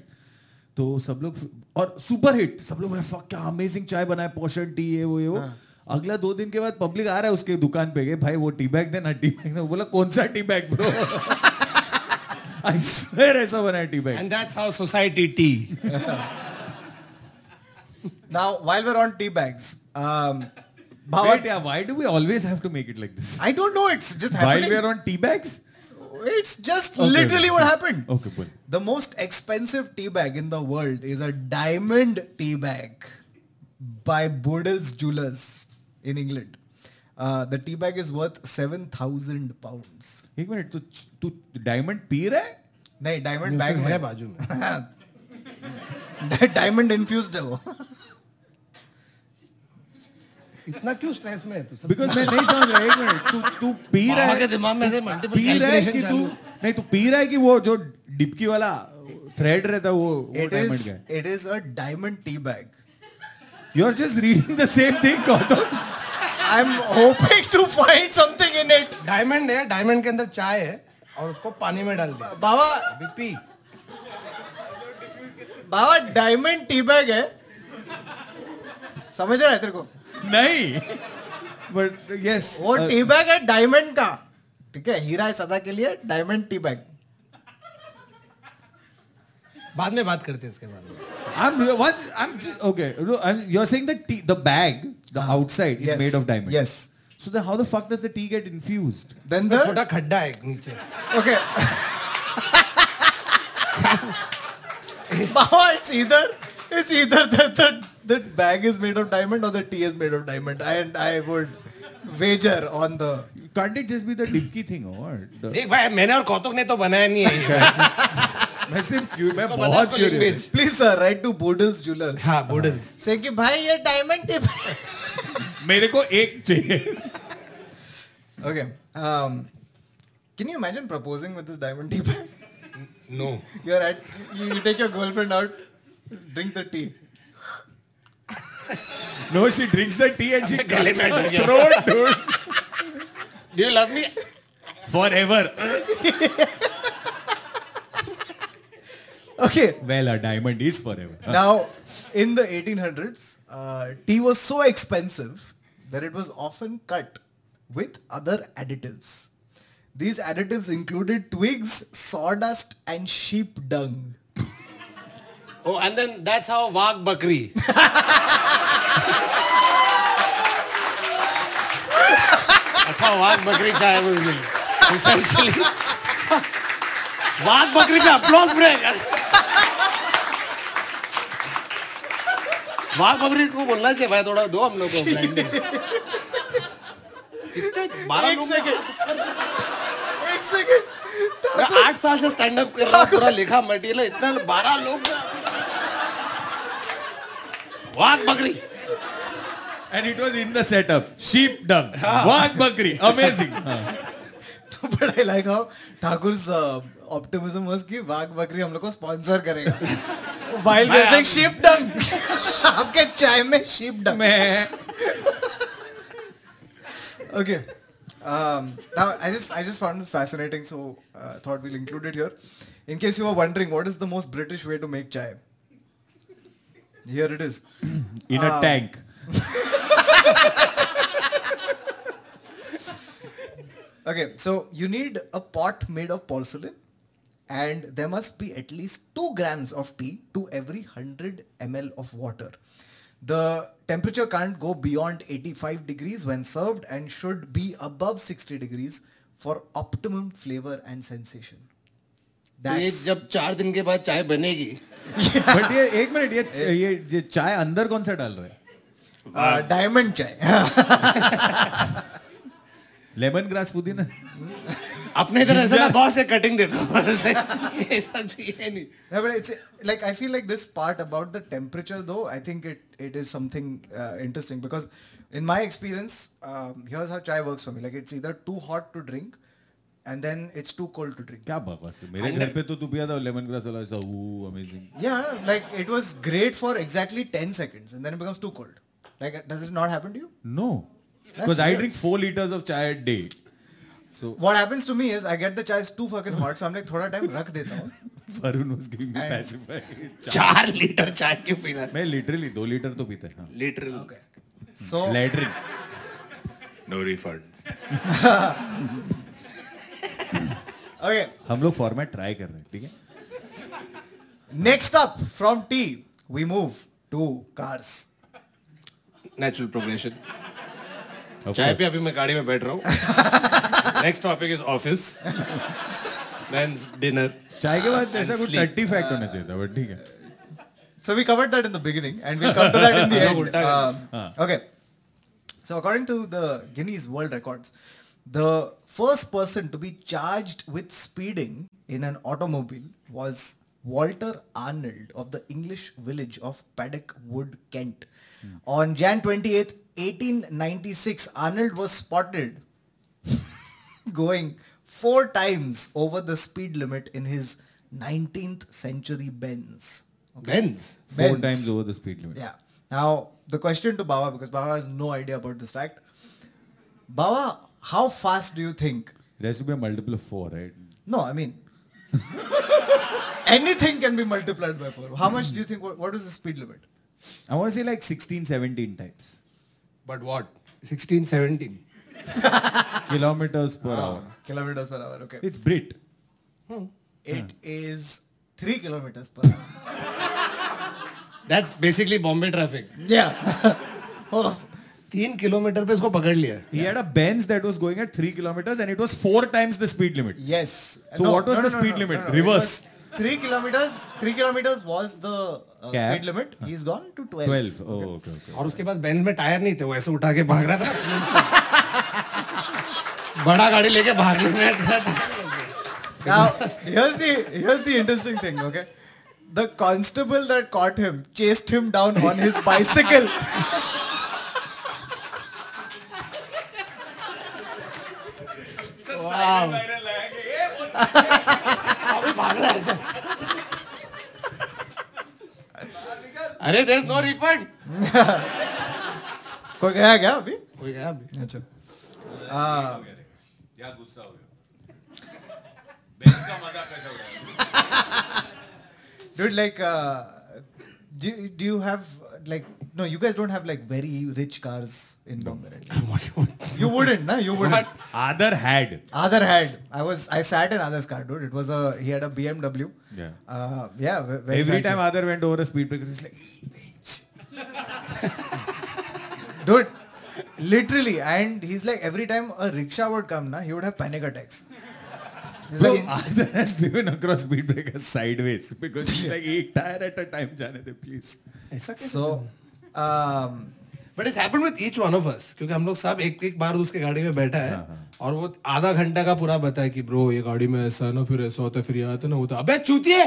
S3: तो सब लोग और सुपर हिट सब लोग बोले, "Fuck, क्या अमेजिंग चाय बनाए पोर्शन टी ये वो ये वो
S1: हाँ।
S3: अगला दो दिन के बाद पब्लिक आ रहा है उसके दुकान पे गए भाई वो टी बैग देना टी बैग देना वो बोला कौन सा tea bag <laughs> bro I swear ऐसा बना है tea bag
S1: and that's how society tea
S2: now while we're on tea bags
S3: <laughs>
S2: um Bhavat-
S3: Wait, yeah, why do we always have to make it like this?
S2: i don't know it's just
S3: While
S2: happening
S3: we are on tea bags?
S2: it's just
S3: Okay,
S2: literally
S3: okay.
S2: what happened
S3: Okay, well.
S2: The most expensive tea bag in the world is a diamond tea bag by Boodle's Jewelers in England. Uh, the tea bag is worth 7,000 pounds.
S3: एक मिनट तो तू डायमंड पी रहा है
S2: नहीं diamond bag
S1: है
S2: में
S1: बाजू में
S2: <laughs> diamond infused है वो
S1: इतना क्यों स्ट्रेस में है तू सब
S3: बिकॉज मैं नहीं समझ रहा एक मिनट तू तू पी रहा
S1: मामा
S3: है
S1: के दिमाग में से multiple
S3: पी रहा है
S1: calculation
S3: कि तू
S1: चालू
S3: नहीं तू पी रहा है कि वो जो डिपकी वाला थ्रेड रहता है वो वो
S2: It
S3: डायमंड
S2: is
S3: का है
S2: it is a diamond tea bag.
S3: You are just reading the same thing Gautam
S2: I'm hoping to find something in it.
S1: Diamond है डायमंड के अंदर चाय है और उसको पानी में डाल दिया
S2: बाबा
S1: अभी पी
S2: बाबा diamond tea bag है समझ रहा है तेरे को
S3: नहीं बट यस
S2: वो टी बैग है डायमंड का ठीक है हीरा है सदा के लिए डायमंड टी बैग
S1: बाद में बात करते हैं इसके बारे में
S3: I'm once I'm just, okay. no, I'm- You're saying that tea, the bag, the
S1: Uh-huh.
S3: outside is
S2: Yes.
S3: made of diamonds.
S2: Yes.
S3: So then, how the fuck does the tea get infused?
S2: Then
S1: तो
S2: द
S1: छोटा खड्डा है नीचे
S2: ओके बाबा it's either it's either that the the bag is made of diamond or the tea is made of diamond and i would wager on the
S3: Can't it just be the dipki thing or? The,
S1: देख भाई मैंने और कौतुक ने तो बनाया नहीं है
S3: <laughs> मैं सिर्फ क्यू मैं
S1: इसको बता
S3: बहुत
S1: इसको लिंक
S3: curious.
S1: भेज।
S2: please sir write to boodles jewelers
S1: हाँ बुडल
S2: say कि भाई ये diamond tea bag
S3: मेरे को एक चाहिए.
S2: okay um can you imagine proposing with this diamond tea bag
S1: no
S2: You're at. You, you take your girlfriend out, drink the tea.
S3: No, she drinks the tea and she
S1: गले
S3: cuts
S1: में
S3: her
S1: डूब गया।
S3: throat, dude.
S1: Do you love me
S3: Forever.
S2: Okay.
S3: Well, a diamond is forever.
S2: Now, in the 1800s, uh, tea was so expensive that it was often cut with other additives. These additives included twigs, sawdust, and sheep dung.
S1: Oh and then that's how वाघ बकरी अच्छा वाघ बकरी चाय बोल गई Essentially, वाघ बकरी पे अप्लॉज ब्रेक वाघ बकरी को बोलना चाहिए भाई थोड़ा दो हम लोग को branding। कितने बारह
S2: Ek
S1: लोग
S2: second. Ek second.
S6: मैं आठ साल से स्टैंड अप कर रहा हूँ पूरा लिखा मटेरियल इतना बारह लोग वाघ बकरी
S3: And it was in the setup. Sheep dung. Wag bakri. Amazing.
S2: but I तो like how Thakur's uh, optimism was कि वाघ बकरी हम लोग को स्पॉन्सर करेगा While we're saying sheep dung. आपके चाय में sheep dung.
S3: मैं
S2: Okay. Um, now I just I just found this fascinating, so uh, thought we'll include it here. In case you were wondering, what is the most British way to make chai? Here it is.
S3: in
S1: हाँ।
S3: a tank.
S2: Okay, so you need a pot made of porcelain, and there must be at least 2 grams of tea to every 100 ml of water. The temperature can't go beyond 85 degrees when served and should be above 60 degrees for optimum flavor and sensation.
S6: तो ये
S2: That's
S6: जब चार दिन के बाद चाय बनेगी
S3: But ये एक
S1: <laughs>
S3: मिनट ये ये ये चाय अंदर कौन सा डाल रहा है?
S2: uh, diamond chai. <laughs>
S3: Lemon grass पुदीना <laughs>
S6: अपने इधर ऐसा
S1: <laughs>
S6: ना बहुत से कटिंग देता हूँ ऐसे ये सब ये नहीं
S2: No, but it's like I feel like this part about the temperature, though. I think it it is something uh, interesting because, in my experience, um, here's how chai works for me. Like it's either too hot to drink, and then it's too cold to drink.
S3: क्या बकवास है? मेरे घर पे तो तू पिया था लेमन ग्रास वाला ऐसा वो amazing
S2: Yeah, like it was great for exactly ten seconds, and then it becomes too cold. Like does it not happen to you?
S3: No because I drink four litres of chai a day <laughs> so
S2: What happens to me is I get the chai is too fucking hot, so I'm like, thoda time rakh deta hoon.
S3: Varun was giving me pacify
S6: चार लीटर चाय क्यों पीना
S3: मैं लिटरली दो लीटर तो पीता था
S6: litre
S3: <laughs>
S2: So
S3: latrine
S1: No refund.
S2: okay,
S3: हम लोग फॉर्मेट ट्राई कर रहे हैं ठीक है
S2: next up from tea, we move to cars.
S1: Natural progression.
S3: Of
S1: चाय
S3: course.
S1: पे अभी मैं गाड़ी में बैठ रहा हूँ <laughs> next topic is office then dinner
S3: चाय के बाद ऐसा कुछ
S1: sleep.
S3: थर्टी फैक्ट होना चाहिए था बट ठीक है
S2: So we covered that in the beginning, and we'll come to that in the end. Um, okay. So according to the Guinness World Records, the first person to be charged with speeding in an automobile was Walter Arnold of the English village of Paddock Wood, Kent. On Jan 28th, 1896, Arnold was spotted <laughs> going four times over the speed limit in his 19th century Benz.
S6: Benz
S3: four
S2: Benz.
S3: Times over the speed limit
S2: Yeah. Now the question to Baba, because Baba has no idea about this fact. Baba, how fast do you think?
S3: There has to be a multiple of four, right?
S2: No, I mean <laughs> anything can be multiplied by four. How much do you think? What, what is the speed limit?
S3: I want to say like 16, 17 times.
S6: But what 16 17
S3: Kilometers per
S2: Ah,
S3: hour. Hmm.
S2: Kilometers per hour. Okay.
S3: It's Brit.
S2: It is three kilometers per
S3: <laughs>
S2: hour.
S6: That's basically Bombay traffic
S2: yeah. <laughs> oh,
S6: तीन किलोमीटर पे इसको पकड़ लिया
S3: He had a Benz that was going at 3 kilometers and it was 4 times the speed limit.
S2: yes.
S3: So what was the speed limit?
S2: It
S3: Reverse.
S2: was Three kilometers. Three kilometers was the uh,
S3: Cap.
S2: speed limit. He's gone to
S3: 12. Oh, okay, okay.
S6: और उसके पास बेंज में टायर नहीं थे वो ऐसे उठा के भाग रहा था बड़ा गाड़ी लेके भागने में
S2: Now, here's the here's the interesting thing, okay? The constable that caught him chased him down on his bicycle.
S6: अरे देयर इज नो रिफंड
S2: कोई गया क्या अभी
S6: कोई गया अभी?
S2: अच्छा Ah. dude like uh, do, do you have like no you guys don't have like very rich cars in Bombay right? you wouldn't na you wouldn't
S3: Other had.
S2: Other had. I was I sat in Other's car, dude. It was a he had a BMW.
S3: Yeah.
S2: Uh, yeah. ve- Very
S3: Every
S2: fancy.
S3: time Other went over a speed breaker, he's like,
S2: dude. Literally, and he's like every time a rickshaw would come, na he would have panic attacks. He's
S3: Bro, ah.
S2: like, in-
S3: Other has driven across speed breakers sideways because he's like, एक tire at a time, जाने दे, please.
S2: so, um,
S3: हाँ,
S6: but it's happened with each one of us क्योंकि हम लोग सब एक एक बार उसके गाड़ी में बैठा है
S1: और वो आधा घंटा का पूरा बताया कि ब्रो ये गाड़ी में ऐसा है ना फिर ऐसा होता है फिर ये आता है ना होता है। अबे
S3: <laughs>
S1: चूतिए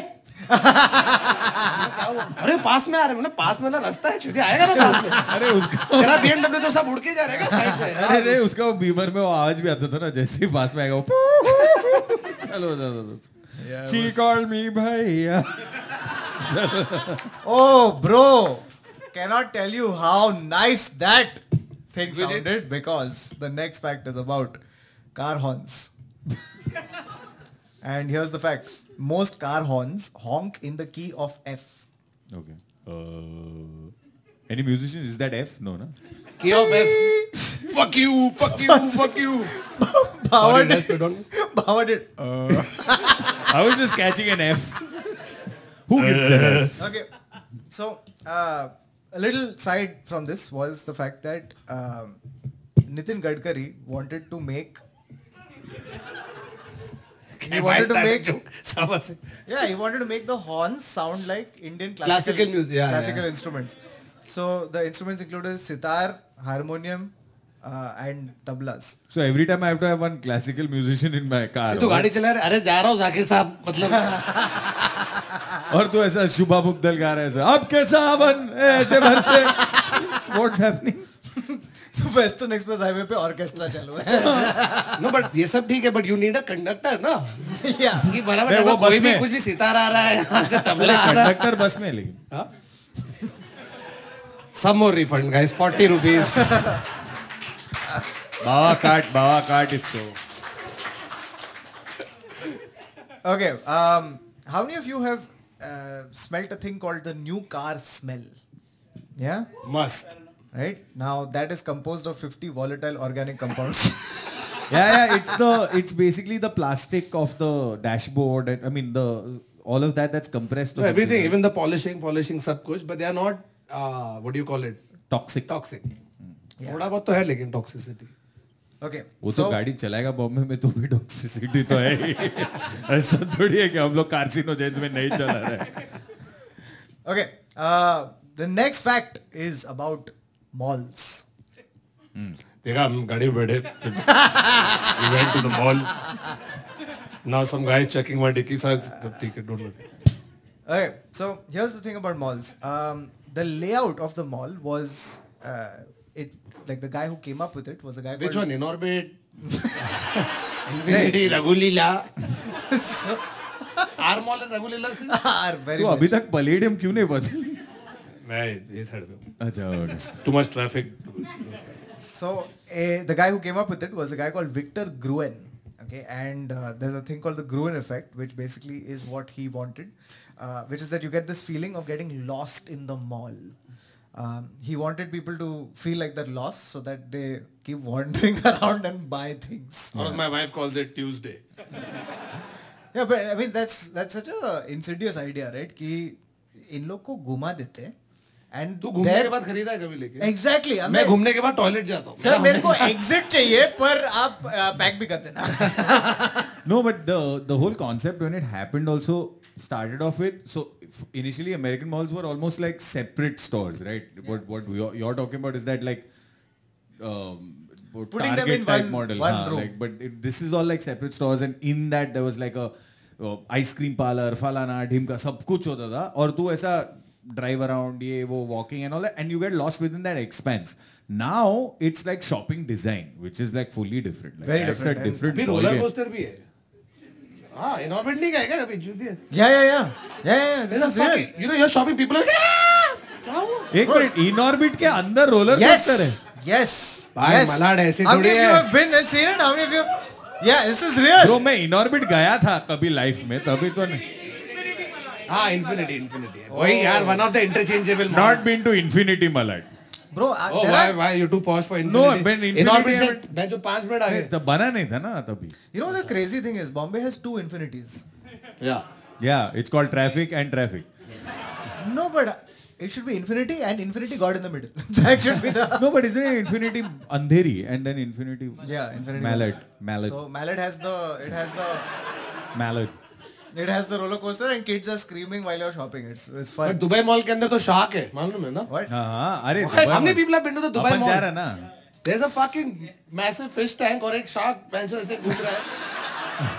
S1: अरे पास में आ रहे हैं ना पास में ना रास्ता है चूतिया आएगा ना पास में
S3: <laughs> अरे उसका
S1: तेरा BMW तो सब उड़ के जा रहेगा साइड से
S3: अरे नहीं, उसका वो बीमर में वो आवाज भी आता था ना जैसे ही पास में <laughs> आएगा वो चलो चलो शी कॉल्ड मी भैया
S2: Oh, bro, cannot tell you how nice that thing sounded because the next fact is about car
S3: <laughs>
S2: horns. and here's the fact most car horns honk in the key of F.
S3: Okay. Uh, any musician? Is that F? No, no.
S1: की of F fuck you fuck you fuck <laughs> you
S2: <coughs> Power
S1: that's
S2: did. <laughs> Power did.
S3: I was just catching an F. Who gives an F?
S2: Okay. So, uh, a little side from this was the fact that um, Nitin Gadkari wanted to make. He wanted to
S1: तो
S2: make
S1: समझ
S2: Yeah, he wanted to make the horns sound like Indian classical,
S1: Classical music, yeah,
S2: classical
S1: yeah.
S2: instruments. So the instruments included sitar, harmonium, uh, and tablas. <laughs>
S3: So every time I have to have one classical musician in my car.
S1: तू
S3: और-
S1: तो गाड़ी चला रहा है? अरे जा रहा हूँ जाकिर साहब मतलब
S3: <laughs> और तू ऐसा शुभा मुग्दल गा रहा है ऐसा, अब कैसा हवन ए, ऐसे भर से what's happening
S2: So Western Express Highway पे orchestra चालू है.
S1: नो बट ये सब ठीक है but you need a conductor ना
S2: <laughs> yeah.
S1: कि
S3: नहीं,
S1: बराबर
S3: वो
S1: वो कोई
S3: बस
S1: भी
S3: में।
S1: कुछ भी सितारा आ रहा है यहाँ <laughs> से तबला आ रहा है
S3: कंडक्टर बस में है लेकिन
S1: some more refund guys 40 rupees <laughs>
S3: बाबा काट बाबा काट इसको
S2: Okay. Um, how many of you have uh, smelt a thing called the new car smell? Yeah.
S1: must
S2: Right. Now that is composed of 50 volatile organic compounds. <laughs>
S3: या या it's the it's basically the plastic of the dashboard I mean the all of that that's compressed
S1: no, everything even the polishing polishing सब कुछ but they are not uh, what do you call it
S3: toxic
S1: toxic थोड़ा बहुत तो है लेकिन toxicity
S2: okay.
S3: वो
S2: so
S3: तो गाड़ी चलाएगा बॉम्बे में तो भी टॉक्सिसिटी तो है ही। <laughs> ऐसा थोड़ी है कि हम लोग कार्सिनोजेंस में नहीं चला रहे हैं।
S2: Okay. Uh, the next fact is about malls.
S8: देखा हम गाड़ी में बैठे we went to the mall now some guy is checking my dicky size ठीक है don't worry
S2: Okay, so here's the thing about malls. Um, the layout of the mall was uh, it like the guy who came up with it was a guy
S1: which
S2: called
S1: one in
S8: <laughs>
S1: orbit infinity <laughs> ragulila
S2: <laughs>
S1: armol and ragulila से
S2: Ah, very
S3: तो
S2: much.
S3: अभी तक पलेडियम क्यों नहीं बदली
S8: मैं ये साइड पे
S3: अच्छा okay.
S8: too much traffic
S2: So eh, the guy who came up with it was a guy called Victor Gruen. Okay, and uh, there's a thing called the Gruen effect, which basically is what he wanted, uh, which is that you get this feeling of getting lost in the mall. Um, he wanted people to feel like they're lost so that they keep <laughs> wandering around and buy things.
S8: or my wife calls it Tuesday
S2: Yeah, but I mean that's that's such a insidious idea, right? कि इन लोग को घुमा देते हैं and
S1: तू घूमने के
S2: there-
S1: बाद खरीदा है कभी लेके
S2: exactly
S1: मैं
S2: I'm like,
S1: घूमने के बाद टॉयलेट जाता हूँ
S2: सर मेरे को exit चाहिए पर आप पैक भी कर <laughs> देना
S3: No, but the the whole concept when it happened also started off with so f- initially American malls were almost like separate stores, right? What what you're, you're talking about is that like um, what
S2: Putting them
S3: Target
S2: in
S3: type
S2: one-
S3: model,
S2: one
S3: हाँ,
S2: room.
S3: like but it, this is all like separate stores, and in that there was like a uh, ice cream parlor, falana, dhimka, सब कुछ होता था और तू ऐसा drive around ये वो walking and all that and you get lost within that expanse now it's like shopping design which is like fully different like
S2: Very
S3: that's
S2: different,
S3: a
S2: and-
S3: different
S1: अभी
S3: ballgame.
S1: रोलर कोस्टर भी है हाँ in orbit नहीं गए क्या कभी जूती
S2: Yeah, yeah, yeah. Yeah, yeah, yeah. This is real.
S1: है you know you're shopping people are like "Ah!" क्या हुआ
S3: एक मिनट इन ऑर्बिट के अंदर रोलर
S2: Yes.
S3: कोस्टर है
S2: Yes.
S1: भाई,
S2: yes.
S1: मलाड ऐसी
S2: How many
S1: थोड़ी
S2: of you
S1: है।
S2: have been and seen it? How many of you? Yeah, this is real.
S3: जो मैं इन ऑर्बिट गया था कभी लाइफ में तभी तो नहीं
S1: हाँ इन्फिनिटी इन्फिनिटी वही यार one of the interchangeable
S3: not been to infinity Malad
S2: Bro, uh,
S1: Oh,
S2: there
S1: why,
S2: are,
S1: why you too posh for
S3: No,
S1: infinity?
S3: when
S1: In orbit
S3: infinity-
S1: से मैं जो पांच मिनट आगे
S3: तब बना नहीं था ना तभी
S2: you know the crazy thing is Bombay has two infinities.
S1: या
S3: या it's called traffic and traffic
S2: No, but uh, it should be infinity and infinity god in the middle. <laughs> that should be the.
S3: No but is infinity Andheri and then infinity
S2: Yeah, infinity.
S3: Mallet mallet
S2: So Malad has the it has the
S3: mallet
S2: it has the roller coaster and kids are screaming while you're shopping. It's it's
S1: but
S2: fun.
S1: Dubai mall के अंदर तो शाक है मालूम है ना
S2: What?
S3: हाँ हाँ अरे
S1: How
S3: Dubai
S1: many
S3: mall.
S1: people have been to the Dubai
S3: अपन
S1: तो mall?
S3: जा रहा ना
S1: There's a fucking massive fish tank और एक shark bench ऐसे घूम रहा है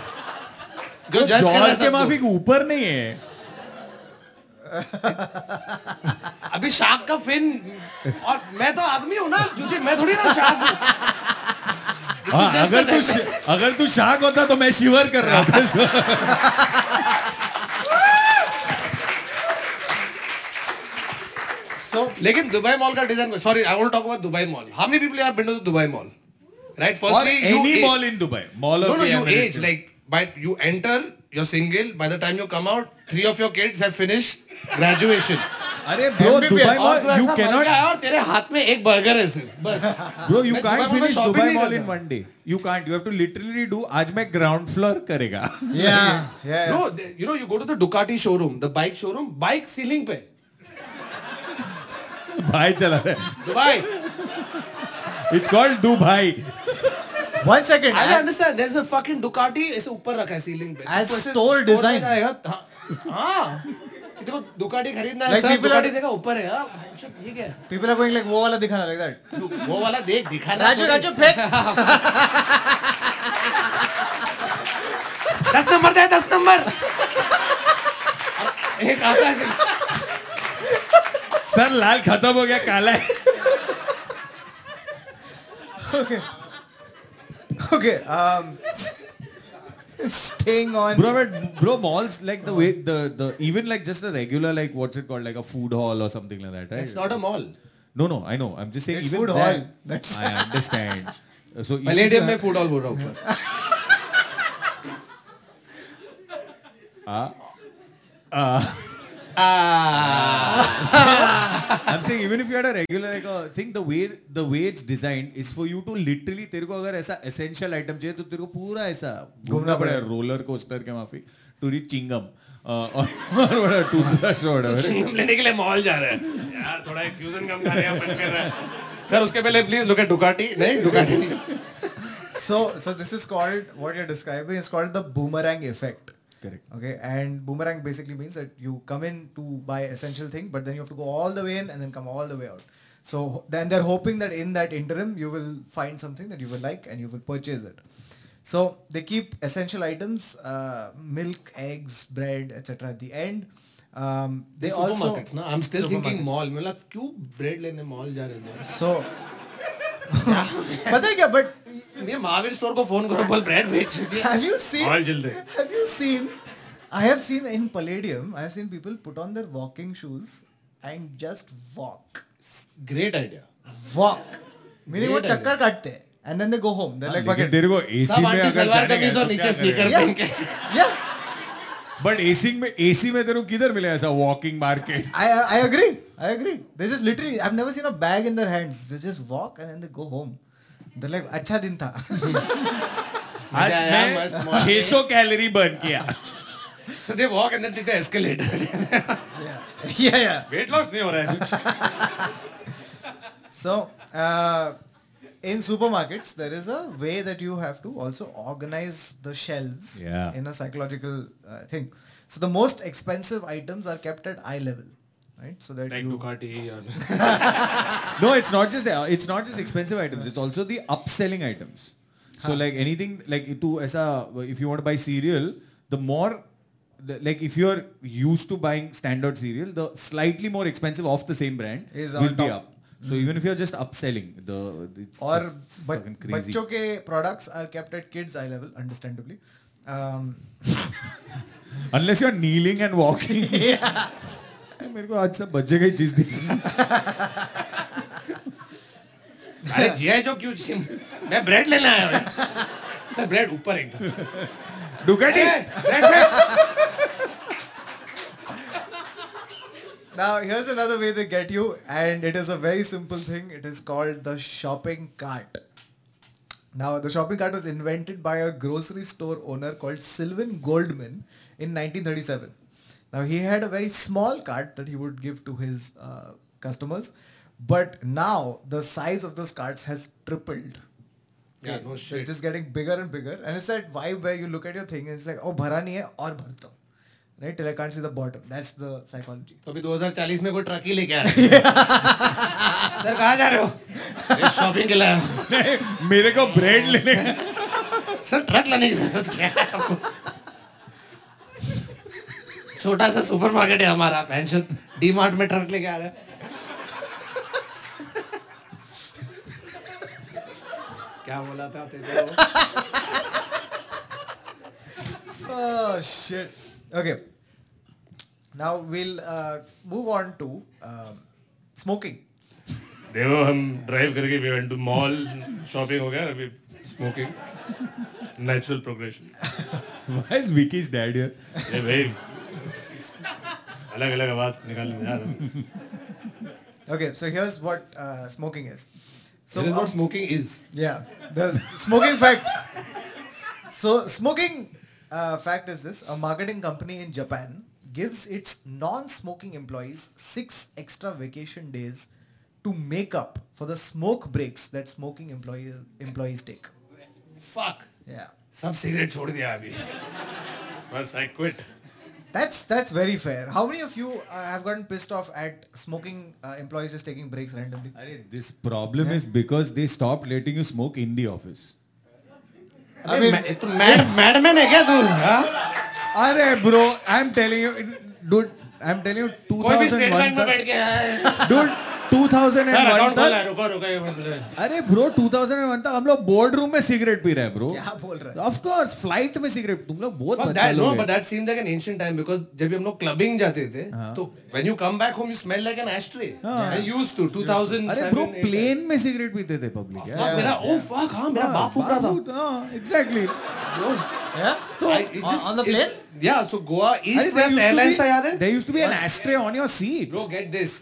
S1: जो judge कर रहा है
S3: जॉर्ज तो के
S1: सबको।
S3: माफिक ऊपर नहीं है
S1: अभी शार्क का फिन और मैं तो आदमी हूँ ना जुदी मैं थोड़ी ना शार्क हूँ This is
S3: हाँ,
S1: just
S3: अगर
S1: the
S3: तू
S1: next-
S3: श- अगर तू शाक होता तो मैं शिवर कर रहा
S1: <laughs>
S3: था So,
S1: <laughs>
S2: So
S1: लेकिन दुबई मॉल का design sorry I want talk about Dubai mall how many people have been to Dubai mall right
S3: और
S1: firstly
S3: any mall in Dubai mall
S1: No,
S3: of
S1: no,
S3: the
S1: you age.
S3: Emirates
S1: Like, by you enter, you're single. By the time you come out, three of your kids have finished graduation.
S3: अरे ब्रो
S2: MBBS.
S3: दुबई
S1: और तू
S3: मॉल
S1: ऐसा
S3: यू
S1: मर
S3: कैन
S1: गया है और तेरे हाथ में एक बर्गर है सिर्फ <laughs> बस
S3: Bro, you
S1: मैं
S3: can't
S1: दुबई में
S3: finish
S1: shopping
S3: Dubai
S1: नहीं
S3: Mall in
S1: करता।
S3: one day. You can't. You have to literally do. आज मैं ground floor करेगा. <laughs>
S2: yeah, yeah.
S1: no they- you know you go to the Ducati showroom the bike showroom bike ceiling पे
S3: भाई चला रहा है.
S1: <laughs> Dubai
S3: It's called Dubai.
S2: One second.
S1: I don't
S2: I,
S1: understand there's a fucking Ducati ऐसे ऊपर रखा है ceiling पे
S2: As
S1: तो ऐसे
S2: store
S1: store में
S2: design.
S1: जाएगा, हाँ हाँ देखो Ducati खरीदना है
S2: Like
S1: sir
S2: people are-
S1: Ducati देखा ऊपर है हाँ भाई साहब, ये क्या है?
S2: people are going like wo wala dikhana like that.
S1: वो वाला देख दिखाना तो
S2: Raju, Raju, pick.
S1: दस नंबर दे दस नंबर <laughs> एक आता है ऐसे,
S3: सर लाल खत्म हो गया काला है.
S2: Okay. Um, staying on.
S3: Bro, but bro, malls like the way the the even like just a regular like what's it called like a food hall or something like that. Right?
S1: it's not a mall
S3: No, no, I know. I'm just saying
S2: It's
S3: even
S2: food
S3: that-
S2: hall. That's-
S3: I understand.
S1: <laughs>
S3: So even
S1: Palladium
S3: the-
S1: में फूड हॉल बोल रहा हूँ ऊपर हाँ।
S3: I'm saying even if you had a regular like a thing, the way the way it's designed is for you to literally तेरे को अगर ऐसा essential item चाहिए तो तेरे को पूरा ऐसा घूमना पड़ेगा roller coaster के माफी to reach चिंगम और और बड़ा toothbrush और <laughs> whatever.
S9: चिंगम लेने के लिए मॉल जा रहा है यार थोड़ा फ्यूजन कम खा रहे हैं बंद कर रहा है सर उसके पहले प्लीज लुक एट डुकाटी
S1: नहीं Ducati नहीं
S2: So, so this is called what you're describing is called the boomerang effect.
S3: Correct.
S2: Okay, and boomerang basically means that you come in to buy essential thing, but then you have to go all the way in and then come all the way out. So then they're hoping that in that interim you will find something that you will like and you will purchase it. So they keep essential items, uh, milk, eggs, bread, etc. At the end, um, they also
S1: supermarkets ना I'm still thinking
S2: Supermarkets.
S1: mall मैं like क्यों bread लेने mall जा रहे हैं
S2: So, <laughs> पता है क्या? But
S1: ये महावीर स्टोर को फोन करो बोल ब्रेड भेज
S2: <laughs> have you seen?
S9: मॉल जल रहे
S2: Have you seen? I have seen in Palladium, I have seen people put on their walking shoes and just walk.
S1: Great idea
S2: Walk. Meaning वो
S1: Great
S2: चक्कर काटते हैं and then they go home. They're like, fuck
S3: हाँ, लेकिन
S2: it.
S3: तेरे को AC
S1: सब
S3: में
S1: आंटी
S3: अगर
S1: सलवार
S3: जाने
S1: कमीज
S3: का
S1: और
S3: है तो
S1: नीचे
S3: क्या करेगा?
S1: Sneaker
S2: Yeah.
S1: पहन के
S2: Yeah,
S3: But AC में AC में तेरे को किधर मिलेगा ऐसा walking
S1: <laughs>
S3: market?
S2: I, I agree. I agree. They just literally, I've never seen a bag in their hands. They just walk and then they go home. They're like, अच्छा दिन था. <laughs>
S3: आज
S1: आया,
S3: मैं
S1: मस्त mall
S3: 600 कैलोरी बर्न किया.
S1: so they walk and then take the escalator
S2: yeah, yeah.
S9: Weight loss नहीं हो रहा है कुछ
S2: So, uh, in supermarkets, there is a way that you have to also organize the shelves
S3: Yeah.
S2: in a psychological uh, thing. So the most expensive items are kept at eye level, right? So that
S9: like
S2: you
S9: Ducati और
S3: No, it's not just the, it's not just expensive items. It's also the upselling items. So like anything like to as a if you want to buy cereal, the more the, like if you're used to buying standard cereal, the slightly more expensive of the same brand
S2: Is on
S3: will be
S2: top.
S3: up. So even if you're just upselling, the it's
S2: or
S3: just
S2: but
S3: fucking crazy.
S2: बच्चों के products are kept at kids eye level, understandably. Um,
S3: <laughs> Unless you're kneeling
S2: <laughs>
S3: and walking. <laughs> मेरे को आज सब बच्चे का ही चीज दी
S1: अरे जिया जो क्यों जिम मैं ब्रेड लेने आया हूँ सर ब्रेड ऊपर एकदम
S3: Ducati.
S1: ब्रेड में
S2: now here's another way they get you, and it is a very simple thing. It is called the shopping cart. Now, the shopping cart was invented by a grocery store owner called Sylvan Goldman in 1937. Now, he had a very small cart that he would give to his uh, customers, but now the size of those carts has tripled.
S1: Yeah, no
S2: They're
S1: shit.
S2: just getting bigger and bigger, and it's that vibe where you look at your thing and it's like, oh, भरा नहीं है और भरता हूँ." right? Till I can't see the bottom. That's the psychology.
S1: तो अभी 2040 में कोई ट्रक ही लेके आ रहा है सर कहाँ जा रहे हो शॉपिंग के लिए
S3: मेरे को ब्रेड लेने <laughs>
S1: सर ट्रक लाने की जरूरत क्या है आपको छोटा सा सुपरमार्केट है हमारा पेंशन डी मार्ट में ट्रक लेके आ रहा है क्या बोला था तेरे को?
S2: Oh shit. Okay. Now we'll uh, move on to um, smoking.
S10: देखो हम ड्राइव करके we went to mall shopping हो गया अभी smoking natural progression
S3: Why is Vicky's dad here?
S10: ये भाई अलग अलग आवाज निकाल में यार
S2: Okay, so here's what uh, smoking is. So
S1: There is
S2: uh,
S1: what smoking is.
S2: yeah, the smoking fact. So smoking uh, fact is this: a marketing company in Japan gives its non-smoking employees six extra vacation days to make up for the smoke breaks that smoking employees employees take.
S1: Fuck.
S2: Yeah.
S10: सब सिगरेट छोड़ दिया अभी बस I quit
S2: That's that's very fair. How many of you uh, have gotten pissed off at smoking uh, employees just taking breaks randomly?
S3: Arey, this problem is because they stopped letting you smoke in the office.
S1: I mean, तू मैड मैडमैन है क्या तू हाँ?
S3: Arey, bro, I'm telling you, it- dude, I'm telling you,
S1: कोई भी स्टेट
S3: 2001
S1: बैंक में बैठ
S3: तक,
S1: के आया है
S3: dude, 2001
S10: अकाउंट खोला
S3: तक,
S10: रुको रुको ये मत बोलो।
S3: अरे ब्रो 2001 तक हम लोग बोर्ड रूम में सिगरेट पी रहे हैं ब्रो
S2: <laughs> क्या बोल रहा है?
S3: ऑफ कोर्स फ्लाइट में सिगरेट तुम लोग बहुत
S1: But
S3: बच्चा
S1: that, no,
S3: लोग
S1: but
S3: हैं।
S1: that seemed like an ancient time because जब भी हम लोग क्लबिंग जाते थे
S3: हाँ।
S1: तो when you come back home you smell like an ashtray and used to 2000
S3: अरे ब्रो प्लेन में सिगरेट पीते थे पब्लिक
S1: मेरा ओ फक हां
S3: हाँ,
S1: मेरा बाप फूक रहा था
S3: एग्जैक्टली
S2: Yeah.
S1: तो
S2: on- on the plane?
S1: yeah so Goa East West Airlines था याद है
S3: there used to be an ashtray on your seat
S1: bro get this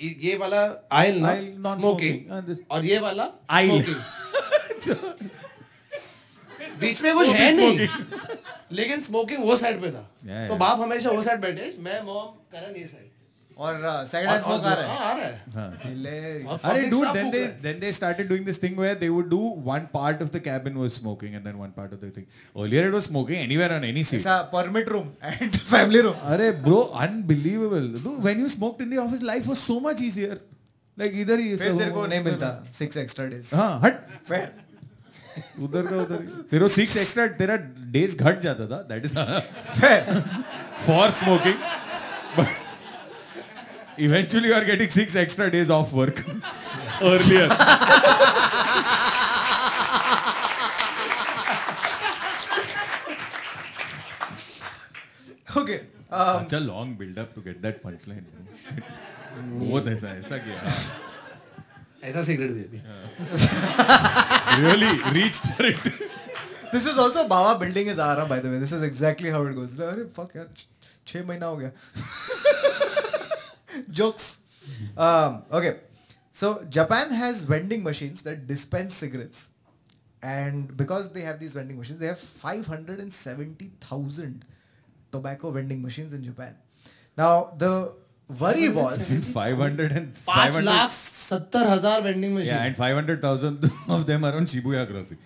S1: ये वाला आयल ना
S3: Aisle non-smoking. हाँ,
S1: स्मोकिंग
S3: this-
S1: और ये वाला
S3: Aisle.
S1: smoking.
S3: <laughs>
S1: बीच में कुछ है नहीं लेकिन स्मोकिंग वो साइड पे
S3: Yeah,
S1: था तो
S3: yeah.
S1: बाप हमेशा वो साइड बैठे मैं मॉम करण ये साइड
S2: और uh, second hand smoke आ रहा है.
S1: हाँ, आ रहा है
S2: Hilarious.
S1: और
S3: अरे
S1: public
S3: dude
S1: सब
S3: then
S1: फूक
S3: they
S1: रहा है.
S3: then they started doing this thing where they would do one part of the cabin was smoking and then one part of the thing earlier it was smoking anywhere on any seat
S2: It's a permit room and <laughs> family room.
S3: अरे bro unbelievable dude when you smoked in the office life was so much easier like इधर ही
S2: फिर तेरे को नहीं मिलता six extra days.
S3: हाँ हट
S2: Fair.
S3: उधर का उधर ही। तेरे सिक्स एक्स्ट्रा तेरा डेज घट जाता था that is
S2: Fair.
S3: <laughs>
S2: <laughs>
S3: for smoking. But eventually you are getting six extra days off work <laughs> earlier.
S2: Okay. Uh,
S3: Such a long build up to get that punchline. <laughs> Shit. बहुत ऐसा ऐसा किया
S1: ऐसा सिगरेट भी अभी
S3: really reached for it
S2: this is also Bawa building is Aram by the way. This is exactly how it goes. अरे fuck यार छः महीना हो गया. <laughs> Jokes. Um, okay. So Japan has vending machines that dispense cigarettes. And because they have these vending machines, they have 570,000 tobacco vending machines in Japan. Now, the worry was,
S3: 500 and
S1: पांच
S3: 500
S1: लाख सत्तर हजार vending
S3: yeah
S1: machine
S3: and 500,000 of them are on Shibuya crossing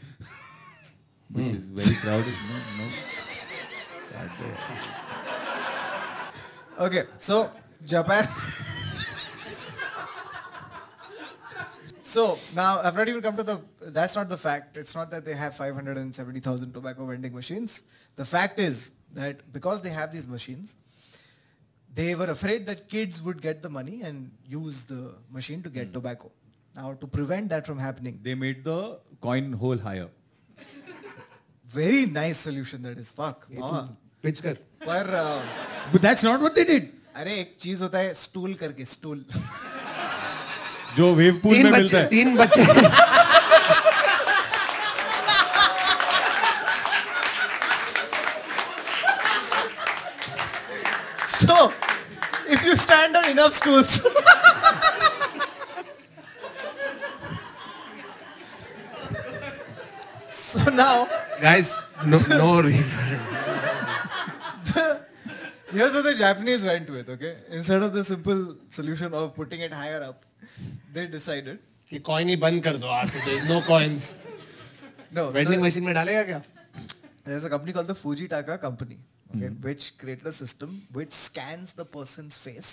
S3: which is very crowded no, no.
S2: okay, so Japan. so now I've not even come to the, that's not the fact. It's not that they have 570,000 tobacco vending machines. The fact is that because they have these machines, they were afraid that kids would get the money and use the machine to get tobacco. Now, to prevent that from happening,
S3: they made the coin hole higher
S2: very nice solution that is fuck. Wow.
S1: Pitch कर
S2: पर uh,
S3: but that's not what they did
S2: अरे एक चीज होता है स्टूल करके स्टूल
S3: जो wave pool
S1: तीन
S3: में मिलता
S1: बच्चे
S3: है
S1: तीन बच्चे
S2: so if you stand on enough <laughs> stools so now
S1: guys no no refund
S2: Here's what the Japanese went with, okay? Instead of the simple solution of putting it higher up, they decided.
S1: कि कॉइन ही बंद कर दो आज से no coins
S2: No,
S1: vending
S2: so
S1: machine में डालेगा क्या
S2: there's a company called the Fujitaka company, okay,
S6: Hmm.
S2: which created a system which scans the person's face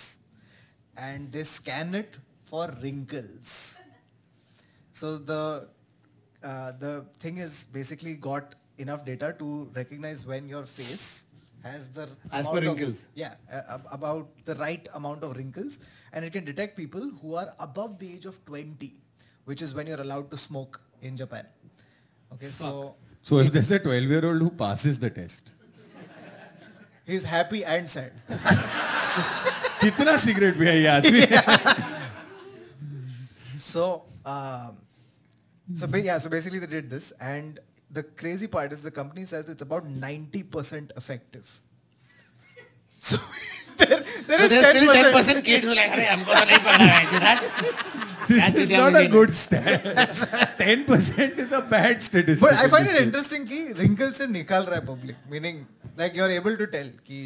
S2: and they scan it for wrinkles. So the uh, the thing is basically got enough data to recognize when your face has the
S6: As per
S2: amount of-
S6: wrinkles.
S2: yeah, uh, ab- about the right amount of wrinkles, and it can detect people who are above the age of 20, which is when you're allowed to smoke in Japan. Okay, so
S3: So if there's a 12 year old who passes the test,
S2: he's happy and sad. <laughs>
S3: कितना सिगरेट भी है ये <laughs> आदमी
S2: So, um, so ba- yeah, so basically they did this, and the crazy part is the company says it's about 90% effective. <laughs> So <laughs> there, there is
S1: So there's still
S2: 10%.
S1: 10% kids who are like, "अरे, हमको तो नहीं पढ़ना है, Chirag."
S3: This
S1: That's
S3: is
S1: it,
S3: not a
S1: yeah.
S3: good stat. <laughs> 10% is a bad statistic.
S2: But I find it interesting कि wrinkles से निकाल रहा है public, meaning like you're able to tell कि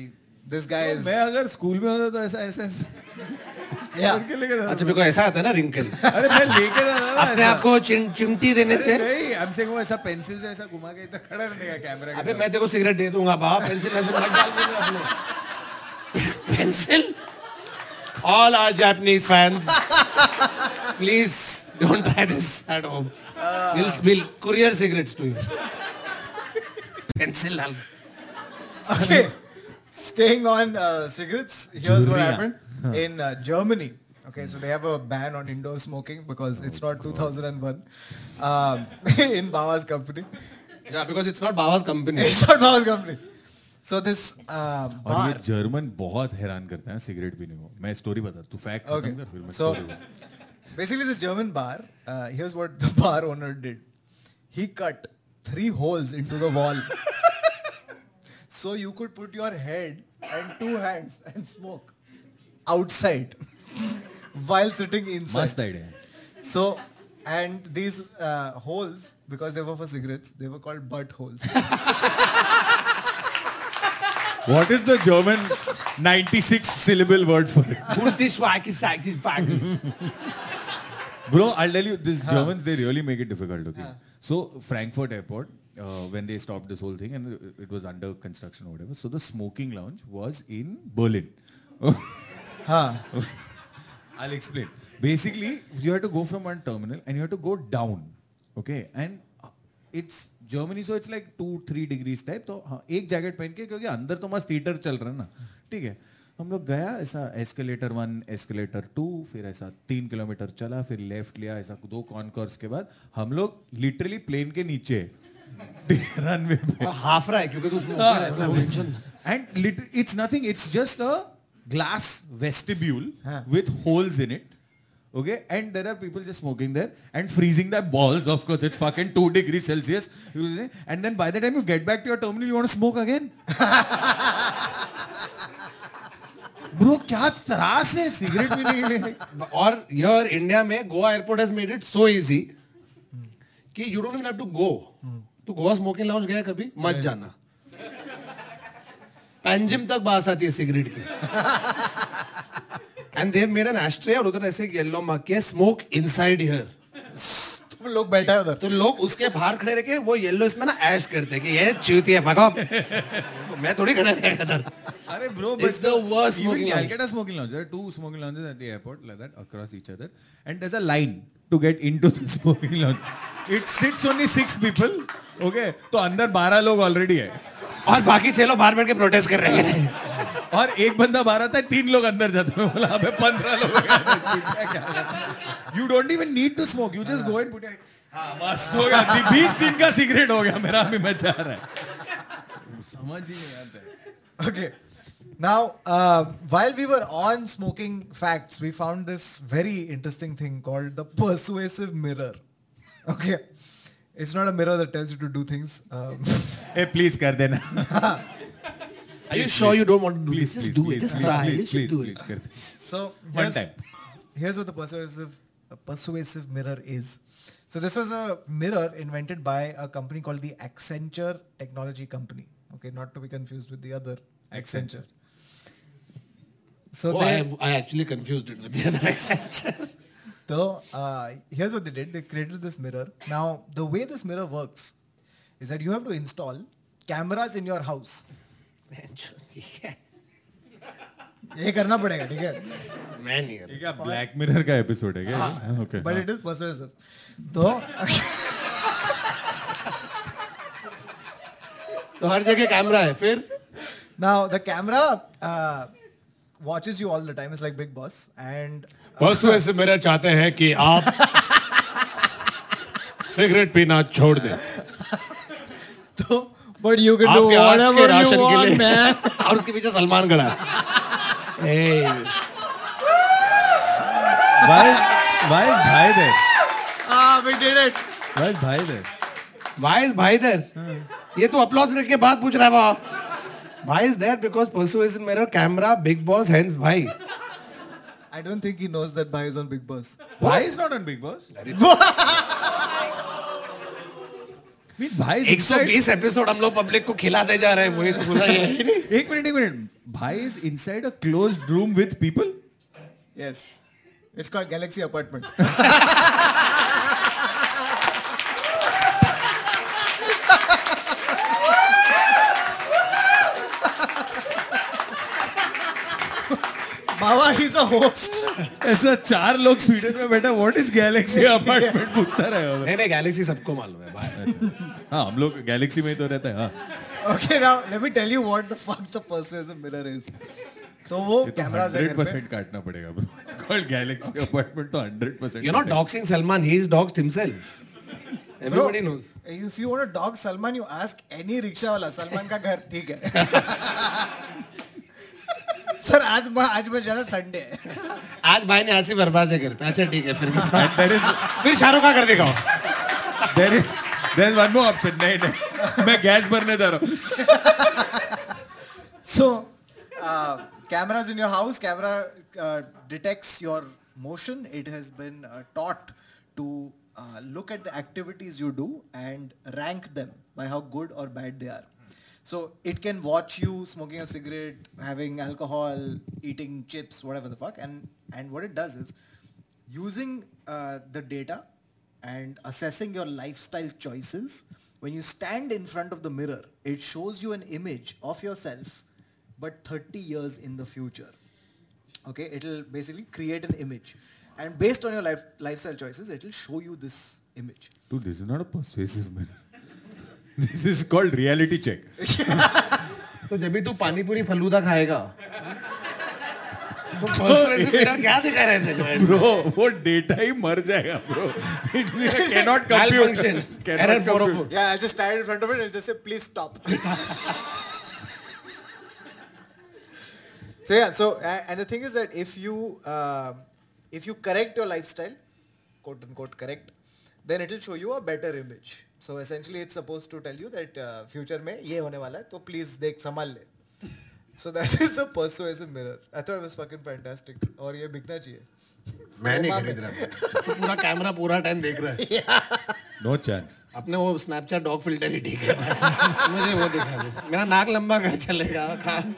S2: this guy is
S3: मैं अगर स्कूल में होता तो ऐसा ऐसा ऐसा
S6: <laughs>
S2: Yeah.
S3: करके लेके जाता।
S6: अच्छा मेरे को ऐसा आता है ना
S3: <laughs>
S6: रिंकल
S3: अरे मैं लेके जाता ना
S1: अपने
S3: ऐसा।
S1: आप को चिम- चिमटी देने
S3: अरे
S1: से
S3: नहीं आई एम सेइंग वो ऐसा पेंसिल से ऐसा घुमा के इधर खड़ा रहने का कैमरा के
S6: अबे
S3: सामने।
S6: मैं तेरे को सिगरेट दे दूंगा बाप पेंसिल पेंसिल मत डाल मेरे अपने
S1: pencil
S6: All our Japanese fans, please don't try this at home. we'll, we'll courier cigarettes to you.
S1: Pencil डाल
S2: Okay. Staying on uh, cigarettes, here's what happened in uh, Germany. Okay, so they have a ban on indoor smoking because it's not 2001 um, <laughs> in Bawa's company.
S6: Yeah, because it's not Baba's company.
S2: It's not Bawa's company. So this uh,
S3: और ये
S6: हाँ।
S2: bar.
S3: जर्मन बहुत हैरान करते हैं सिगरेट पीने को मैं स्टोरी बता तू फैक्ट
S2: Okay.
S3: खत्म कर फिर मैं
S2: So
S3: story बता।
S2: basically, this German bar. Uh, here's what the <laughs> bar owner did. He cut three holes into the wall. so you could put your head and two hands and smoke outside <laughs> while sitting inside.
S3: मस्त idea
S2: So, and these uh, holes, because they were for cigarettes, they were called butt holes.
S3: What is the German 96 syllable word for it Bro, I'll tell you, these Germans, they really make it difficult, okay? So, Frankfurt Airport, uh, when they stopped this whole thing and it- it was under construction or whatever, so the smoking lounge was in Berlin. <laughs> I'll explain. Basically, you have to go from one terminal and you have to go down, okay? And uh, it's Germany, so it's like two, three degrees type. तो हाँ, एक जैकेट पहन के क्योंकि अंदर तो मस्त हीटर चल रहा है ना ठीक है हम लोग गया ऐसा एस्केलेटर वन एस्केलेटर टू फिर ऐसा तीन किलोमीटर चला फिर लेफ्ट लिया ऐसा दो कॉनकॉर्स के बाद हम लोग लिटरली प्लेन के नीचे <laughs> रनवे पे
S6: हाफ रहा है क्योंकि तू उसमें
S3: हाँ,
S6: ऊपर है।
S3: Ah. and lit- it's nothing. It's just a glass vestibule with holes in it. Okay, and there are people just smoking there and freezing their balls. Of course, it's fucking two degrees Celsius. You- And then by the time you get back to your terminal, you want to smoke again. Bro, क्या त्रास है सिगरेट पीने के लिए
S6: और योर इंडिया में Goa airport has made it so easy कि you don't even have to go to Goa smoking lounge गया कभी मत जाना पैंजिम तक बास आती है सिगरेट की and they made an ashtray और उधर ऐसे येलो मार्क किया स्मोक इनसाइड हियर
S2: तुम लोग बैठा है उधर
S6: तो लोग उसके बाहर खड़े रह के वो येलो इसमें ना ऐश करते हैं कि ये चूती है फका मैं थोड़ी खड़ा रहेगा इधर
S3: अरे bro,
S6: It's the worst
S3: even
S6: smoking lounge.
S3: Calcutta smoking lounge. There are two smoking lounges at the airport like that across each other, and there's a line to get into the <laughs> smoking lounge. It sits only six people. Okay, तो अंदर बारह लोग ऑलरेडी है
S6: और बाकी छह लोग बाहर बैठ के प्रोटेस्ट कर रहे हैं
S3: और एक बंदा बाहर आता है तीन लोग अंदर जाते हैं बोला अबे पंद्रह लोग you don't even need to smoke you just go and put it हाँ मस्त हो गया बीस दिन का सिगरेट हो गया मेरा अभी मैं जा रहा है समझ ही नहीं आता है
S2: Okay. Now, uh, while we were on smoking facts, we found this very interesting thing called the persuasive mirror. Okay. It's not a mirror that tells you to do things. Um, <laughs>
S3: A please कर देना
S6: Are you sure you don't want to do this?
S3: Please,
S6: Just
S3: please,
S6: do it.
S3: please,
S6: Just
S3: please,
S6: try.
S3: please,
S6: Just
S3: please,
S6: do
S3: please,
S6: it.
S3: कर दे।
S2: so
S3: One
S2: here's,
S3: time.
S2: here's what the persuasive uh, persuasive mirror is. So this was a mirror invented by a company called the Accenture Technology Company. Okay, not to be confused with the other Accenture. So
S1: तो
S6: Oh,
S2: they,
S6: I, I actually confused it with the other extension.
S2: So uh, here's what they did. They created this mirror. Now the way this mirror works is that you have to install cameras in your house. ये करना पड़ेगा ठीक है
S1: मैं नहीं कर
S3: ये क्या ब्लैक मिरर का एपिसोड है
S6: हाँ,
S3: क्या हाँ, okay
S2: but it is persuasive तो <laughs>
S1: तो हर जगह कैमरा है फिर
S2: now the camera uh, watches you all the time it's like big boss and <laughs>
S1: परसों ऐसे मेरा चाहते हैं कि आप सिगरेट पीना छोड़ दें
S2: तो but you can
S1: आपके
S2: do
S1: आज के
S2: whatever you
S1: राशन के लिए
S2: want man
S1: और उसके पीछे सलमान खड़ा है Hey.
S3: why is why is bhai there
S2: ah we did it
S3: why is bhai there
S1: Why is भाई there? ये तो अपलॉज रख के बात पूछ रहा है बाबा भाई इज देयर बिकॉज परसू इज मेरा कैमरा बिग बॉस हैंस भाई
S2: i don't think he knows that bhai is on big boss
S3: bhai is not on big boss I mean, bhai is inside
S1: 120 episode हम लोग पब्लिक को खिला दे जा रहे हैं वही तो बोला ये है नहीं।
S3: एक मिनट एक मिनट भाई is inside a closed room with people
S2: yes it's called galaxy
S3: <laughs>
S2: apartment Baba, he's a host.
S3: ऐसा चार लोग स्वीडन में बैठा व्हाट इज
S6: <laughs>
S3: गैलेक्सी अपार्टमेंट पूछता रहेगा
S1: नहीं नहीं गैलेक्सी सबको मालूम है भाई
S3: हाँ हम लोग गैलेक्सी में ही तो रहते हैं हाँ
S2: Okay, now let me tell you what the fuck the persuasive mirror is. तो वो
S3: ये तो
S2: कैमराज है
S3: 100%
S2: घर पे।
S3: काटना पड़ेगा bro. It's called Galaxy Apartment तो 100%
S1: you not doxxing Salman he is docs himself
S2: Bro,
S1: everybody knows
S2: if you want a dog Salman, you ask any rickshaw वाला सलमान का घर ठीक <laughs> है सर आज मैं आज मैं जाना संडे है
S1: आज भाई ने आसिफ अरबाज है घर पे अच्छा ठीक है फिर
S3: And there is
S1: फिर शाहरुख का कर दिखाओ
S3: there is there is one more option नहीं नहीं मैं गैस भरने जा रहा हूँ
S2: so Uh, cameras in your house camera detects your motion it has been taught to look at the activities you do and rank them by how good और bad they are So it can watch you smoking a cigarette, having alcohol, eating chips, whatever the fuck. And and what it does is using uh, the data and assessing your lifestyle choices. When you stand in front of the mirror, it shows you an image of yourself, but 30 years in the future okay it'll basically create an image and based on your life, lifestyle choices it'll show you this image
S3: Dude, this is not a persuasive man. This is called reality check.
S1: तो जब भी तू पानी पूरी फलूदा खाएगा तो persuasive mirror क्या दिखा रहे थे तुम्हें?
S3: Bro, वो डेटा ही मर जाएगा bro. It will- cannot compute.
S1: Malfunction.
S3: Cannot
S1: Error 404.
S3: compute.
S2: yeah i'll just stand in front of it and just say please stop so yeah so a- and the thing is that if you um, if you correct your lifestyle quote unquote correct then it'll show you a better image so essentially it's supposed to tell you that uh, future mein ye hone wala hai to please dekh संभाल ले So that is the persuasive mirror. I thought it was fucking fantastic. और ये बिकना चाहिए
S1: मैं नहीं खरीद रहा तो पूरा कैमरा पूरा टाइम देख रहा है
S3: No chance.
S1: अपने वो स्नैपचैट डॉग फिल्टर ही ठीक है मुझे वो दिखा दे मेरा नाक लंबा कर चलेगा खान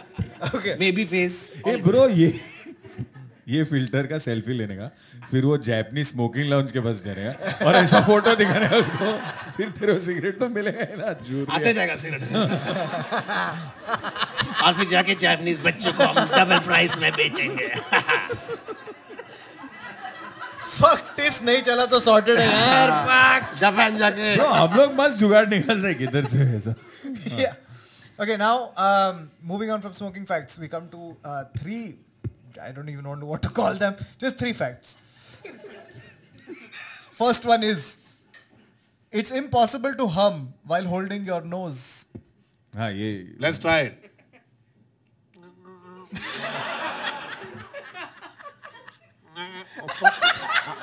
S2: Okay.
S1: बेबी फेस
S3: ए ब्रो ये ये फिल्टर का सेल्फी लेने का फिर वो जैपनीज स्मोकिंग लाउंज के पास जाने का और ऐसा फोटो दिखाने का उसको फिर तेरे को सिगरेट तो मिलेगा ही ना जूर
S1: आते जाएगा सिगरेट और फिर जाके जापानीज बच्चों को हम डबल प्राइस में बेचेंगे
S2: Fuck this नहीं चला तो sorted है यार.
S1: जापान जाके
S3: ब्रो हम लोग मस्त जुगाड़ निकाल रहे हैं किधर से ऐसा
S2: yeah. Okay, now um, moving on from smoking facts, we come to uh, three. I don't even know what to call them. Just three facts. First one is, it's impossible to hum while holding your nose.
S3: हाँ ये
S1: let's try it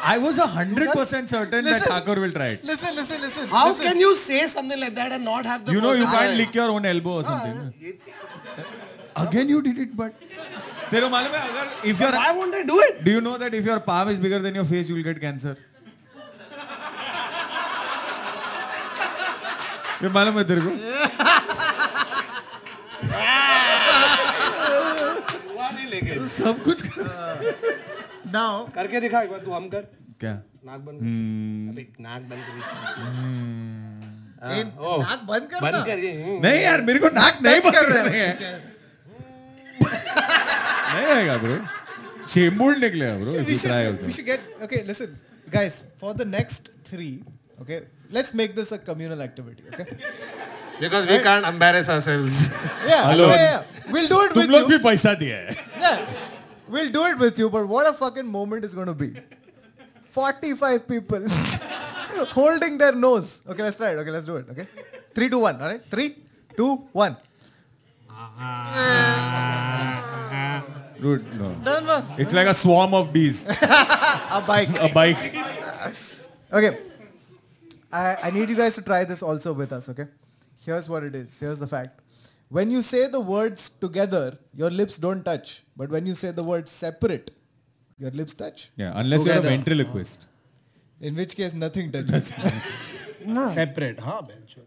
S3: I was 100% certain that
S2: Listen.
S3: Thakur will try it
S2: Listen, listen, listen.
S1: How
S2: listen.
S1: Can you say something like that and not have the
S3: you know you can't lick your own elbow or something again you did it but तेरे को मालूम है अगर if your
S1: why won't I do it
S3: do you know that if your palm is bigger than your face you will get cancer ये मालूम है तेरे को
S1: नहीं लेके
S3: सब कुछ कर
S2: Now,
S1: करके दिखा एक बार तू हम कर
S3: क्या
S1: नाक बंद कर। अबे नाक बंद कर
S2: in, नाक बंद करना.
S1: बंद कर ये
S3: <laughs> नहीं यार मेरे को नाक नहीं
S2: Touch
S3: बंद
S2: कर रहे
S3: करने हैं नहीं आएगा ब्रो शेम्बुल निकलेगा bro if
S2: we
S3: you try
S2: should, we should get okay listen guys for the next three okay let's make this a communal activity okay
S1: Because we can't embarrass ourselves.
S2: yeah
S3: Alone.
S2: yeah, yeah. we'll do it
S3: तुम
S2: with
S3: लोग
S2: you
S3: भी पैसा दिया है
S2: yeah we'll do it with you but what a fucking moment is going to be 45 people <laughs> holding their nose okay let's try it okay let's do it okay three two one all right three two one
S3: Dude, no.
S2: done man.
S3: It's like a swarm of bees.
S2: a bike
S3: A bike.
S2: Okay. I, I need you guys to try this also with us, okay? Here's what it is. Here's the fact. When you say the words together, your lips don't touch. But when you say the words separate, your lips touch.
S3: Yeah, unless you're a ventriloquist.
S2: In which case, nothing touches.
S1: हाँ। Separate, huh, Bencho?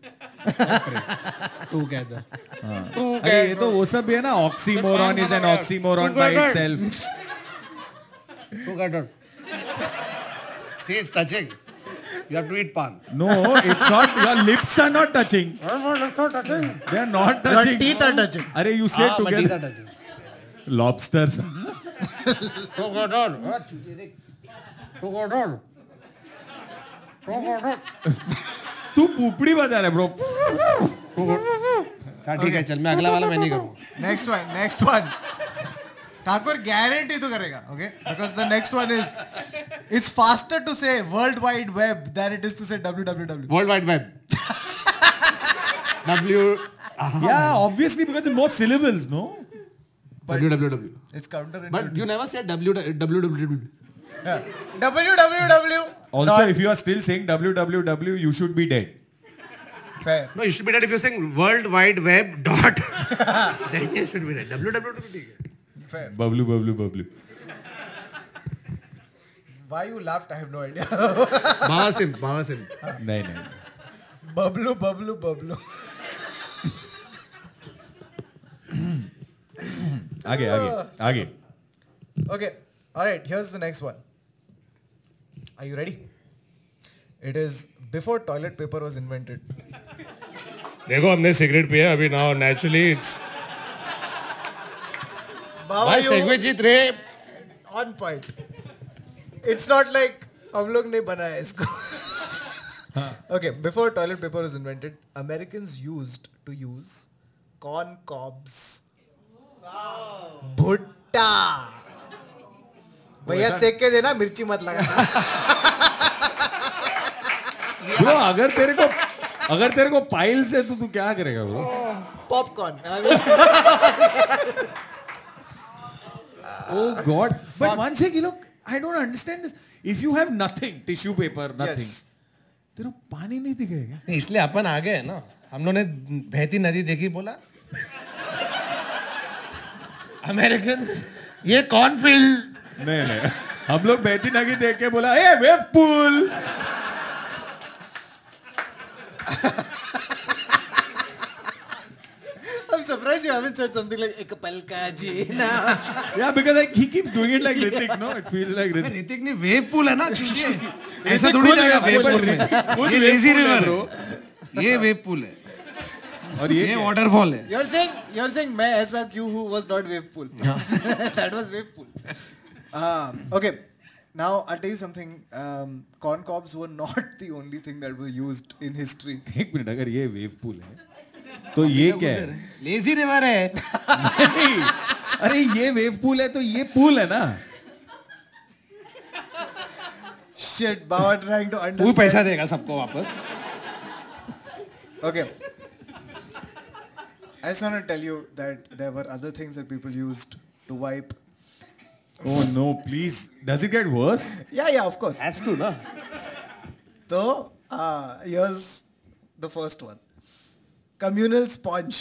S1: Together.
S3: अरे ये तो वो सब भी है ना oxymoron is an oxymoron by itself.
S1: Together. See, it's touching. You have to eat pan.
S3: No, it's not. Your lips are not touching. They are not
S11: Your
S3: touching. हाँ,
S11: teeth are touching.
S3: अरे you said
S1: Ah, but these are
S3: together.
S1: touching.
S3: Lobsters.
S1: Together. Together. Together.
S3: तू पुपड़ी बजा रहा है ब्रो
S1: हाँ, ठीक है चल मैं अगला वाला मैं नहीं करूँगा
S2: next one. Next one. Thakur guarantee to karega, okay? Because the next one is, it's faster to say World Wide Web than it is to say WWW.
S1: World wide web W
S3: Yeah, obviously because it's more syllables, no?
S1: W W W
S2: It's counterintuitive.
S1: But you never said W W W
S2: WWW.
S3: Also, if you are still saying www, you should be dead.
S2: Fair.
S1: No you should be dead if you saying world wide web <laughs> dot then you should be dead W W W ठीक <laughs> है
S3: Bublu, bublu, bublu.
S2: Why you laughed? I have no idea. <laughs>
S1: बाबा सिंह बाबा सिंह
S3: नहीं नहीं
S2: Bablu, bablu, bablu.
S3: आगे आगे आगे
S2: Okay. All right. Here's the next one. Are you ready? It is before toilet paper was invented.
S1: देखो हमने सिगरेट पिया अभी now naturally it's
S2: Baba, you
S1: जीत रे
S2: on point. It's not like हम लोग ने बनाया इसको. okay. Before toilet paper was invented, Americans used to use corn cobs. भुट्टा भैया सेक के देना मिर्ची मत लगाना
S3: ब्रो अगर तेरे को अगर तेरे को पाइल से तो तू क्या करेगा bro
S2: popcorn
S3: Oh God! But once again, look, I don't understand this. If you have nothing, tissue paper, nothing,
S2: Yes.
S3: तेरे को पानी नहीं दिखेगा
S1: इसलिए अपन आ गए ना हम लोग ने बहती नदी देखी बोला अमेरिकन ये कौन फील्ड
S3: नहीं नहीं हम लोग बहती नगी देख के बोला a wave pool
S2: I'm surprised you haven't said something like एक पल का जीना
S3: या because I he keeps doing it like Hrithik no it feels like Hrithik
S1: Hrithik ने वेव पूल है ना चूंकि ऐसा
S3: ऋतिक
S1: थोड़ी
S3: खुद
S1: जाएगा
S3: wave
S1: वेव
S3: pool
S1: पूल में
S3: है। खुद
S1: ये lazy
S3: wave
S1: river
S3: pool है, bro.
S1: है ये वेव पूल है
S3: और ये
S1: ये
S3: क्या?
S1: वाटरफॉल है
S2: You're saying you're saying मैं ऐसा क्यों हूँ was not wave pool <laughs> that was wave pool um, okay now I'll tell you something um, corn cobs were not <laughs> the only thing that were used in history
S3: एक मिनट अगर ये वेव पूल है तो ये क्या है
S1: लेजी रिवर है
S3: नहीं, <laughs> अरे ये वेव पूल है तो ये पूल है ना
S2: shit Baba trying to
S1: तू
S2: understand
S1: पैसा देगा सबको वापस
S2: okay I just want to tell you that there were other things that people used to wipe
S3: oh no please does it get worse
S2: yeah yeah of course
S1: has to ना
S2: So, uh, here's the first one. Communal sponge.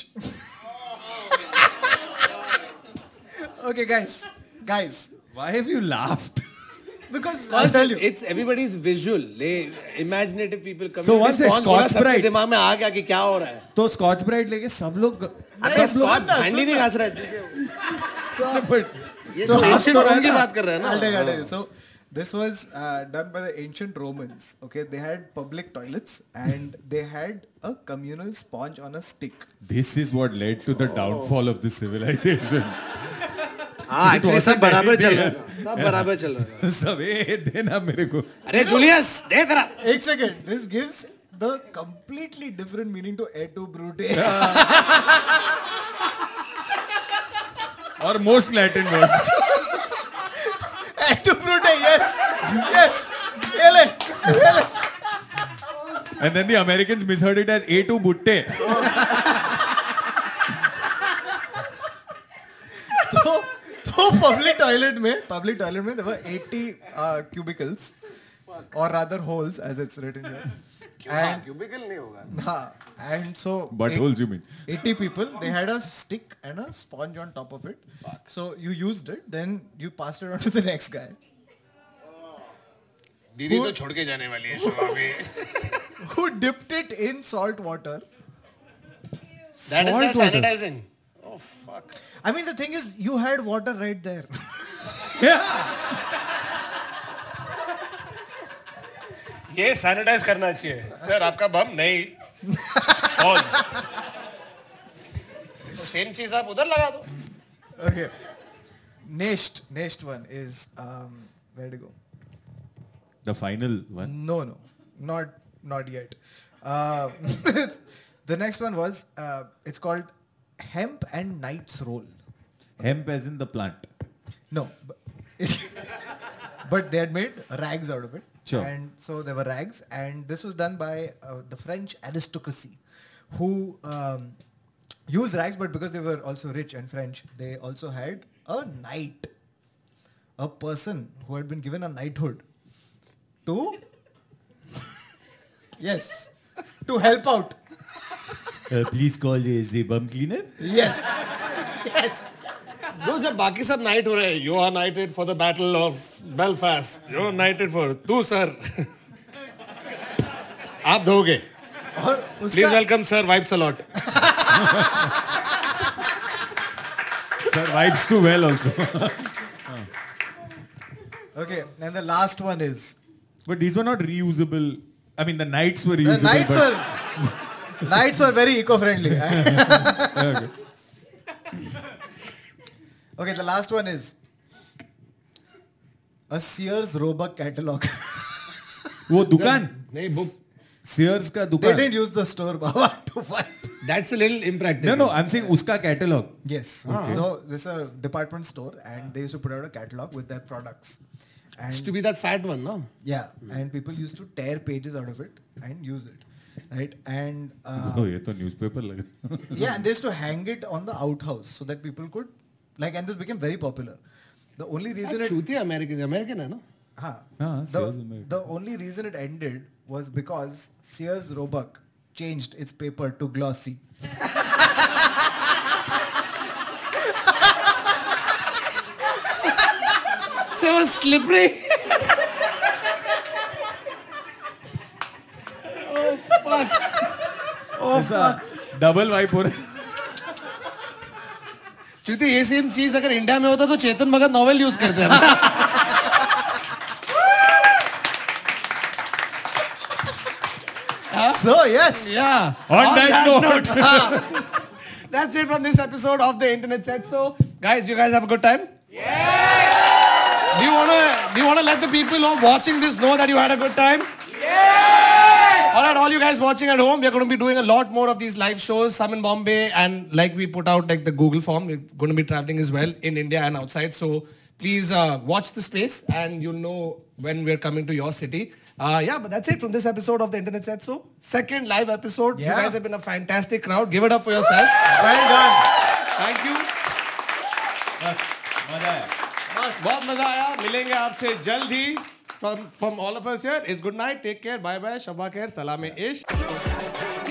S2: <laughs> okay, guys. Guys.
S3: Why have you laughed
S2: Because I'll tell you.
S1: It's everybody's visual they imaginative people
S3: So once a Scotch bride-
S1: दिमाग में आ गया कि क्या हो रहा है
S3: तो स्कॉच ब्राइट लेके सब लोग
S1: अरे Scotch
S3: सब लोग
S1: हंडी नहीं घास रहा है ठीक है।
S2: <laughs>
S1: ये
S2: तो
S1: तो
S2: आप
S1: ancient
S2: तो
S1: Rome की
S2: रहना।
S1: बात कर रहे हैं
S2: I'll
S1: ना
S2: tell you, I'll tell you. So, this was uh, done by the ancient Romans. Okay, they had public toilets and they had a communal sponge on a stick.
S3: This is what led to the downfall of the civilization.
S1: <laughs> हाँ
S3: It
S1: एक्चुअली
S3: wasn't
S1: सब बराबर
S3: everything.
S1: चल रहा है सब बराबर चल रहा है
S3: <laughs> सब ए देना मेरे को
S1: अरे जूलियस दे तेरा
S2: Eight second. This gives the completely different meaning to et tu brute.
S3: और most Latin words
S2: et tu brute. Yes. Yes. Ele.
S3: And then the Americans misheard it as a two butte
S2: तो तो पब्लिक टॉयलेट में पब्लिक टॉयलेट में देवर 80 क्यूबिकल्स और rather holes as it's written and
S1: cubicle नहीं होगा
S2: हाँ and so
S3: but holes you mean
S2: 80 people they had a stick and a sponge on top of it so you used it then you passed it on to the next guy
S1: दीदी तो छोड़ के जाने वाली है शो अभी
S2: who dipped it in salt water
S1: that is
S12: Salt water.
S1: Sanitising oh fuck
S2: i mean the thing is you had water right there
S1: ये सैनिटाइज करना चाहिए सर आपका बम नहीं तो सेम चीज तो आप उधर लगा दो
S2: okay next next one is um where to go
S3: the final one
S2: no no not not yet uh, <laughs> the next one was uh, it's called hemp and knight's roll
S3: hemp as in the plant
S2: No. But, <laughs> but they had made rags out of it.
S3: Sure.
S2: And so there were rags, and this was done by uh, the French aristocracy, who um, used rags, but because they were also rich and French, they also had a knight, a person who had been given a knighthood to, <laughs> yes, to help out.
S3: Please call is bum cleaner
S2: Yes. <laughs> Yes.
S1: दो जब बाकी सब नाइट हो रहे हैं you are knighted for the battle of Belfast you are knighted for तू सर आप दोगे
S2: और
S1: प्लीज
S2: उसका
S1: welcome sir wipes a lot
S3: sir vibes too well <laughs> also
S2: okay, and the last one is
S3: but these were not reusable I mean the knights were
S2: The
S3: reusable
S2: Uh, nights were nights were very eco-friendly. okay, the last one is a Sears Roebuck catalog. <laughs>
S3: वो दुकान
S1: नहीं बुक
S3: सियर्स का
S2: they
S3: दुकान
S2: didn't use the store Baba <laughs> to find.
S1: That's a little impractical
S3: no no I am saying उसका catalogue
S2: Yes. So this is a department store, and they used to put out a catalog with their products. And
S1: to be that fat one, no?
S2: yeah, and people used to tear pages out of it and use it, right? And uh,
S3: <laughs> ये तो न्यूज़पेपर लग रहा है
S2: yeah, and they used to hang it on the outhouse so that people could like, and this became very popular. The only reason it,
S1: चूतिया अमेरिकन अमेरिकन है ना
S2: huh,
S3: हाँ,
S2: the,
S3: Sears Roebuck.
S2: the only reason it ended was because Sears Roebuck changed its paper to glossy.
S1: So it was slippery. <laughs>
S3: <laughs> Double wipe हो रहा है
S1: चूतिया ये सेम चीज अगर इंडिया में होता तो चेतन भगत नॉवेल यूज करते हैं
S2: So yes,
S1: <laughs> yeah.
S3: On that note. <laughs>
S1: That's it from this episode of the Internet Set. So, guys, you guys have a good time. Yeah. Do you wanna do you wanna let the people who are watching this know that you had a good time? All right, all you guys watching at home, we are going to be doing a lot more of these live shows, some in Bombay, and like we put out like the Google form, we're going to be traveling as well in India and outside. So please uh, watch the space, and you'll know when we're coming to your city. Uh, yeah, but that's it from this episode of the Internet Set. So second live episode. You
S2: Yeah.
S1: guys have been a fantastic crowd. Give it up for yourself.
S2: well done.
S1: Thank you. बस बहुत मजा आया मिलेंगे आपसे जल्द ही from from all of us here it's good night take care bye bye Shaba खैर सलाम इश्क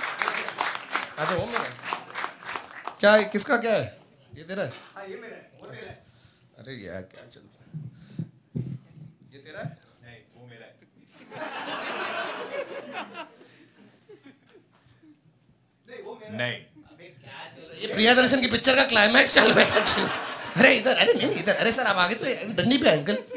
S1: अच्छा वो मेरा है। क्या है किसका क्या है ये तेरा है हाँ ये मेरा है अरे यार क्या चल रहा है ये तेरा है
S3: नहीं
S13: ये प्रियदर्शन की पिक्चर का क्लाइमैक्स चल रहा है अरे इधर अरे नहीं इधर अरे सर आप आगे तो ये- डंडी पे अंकल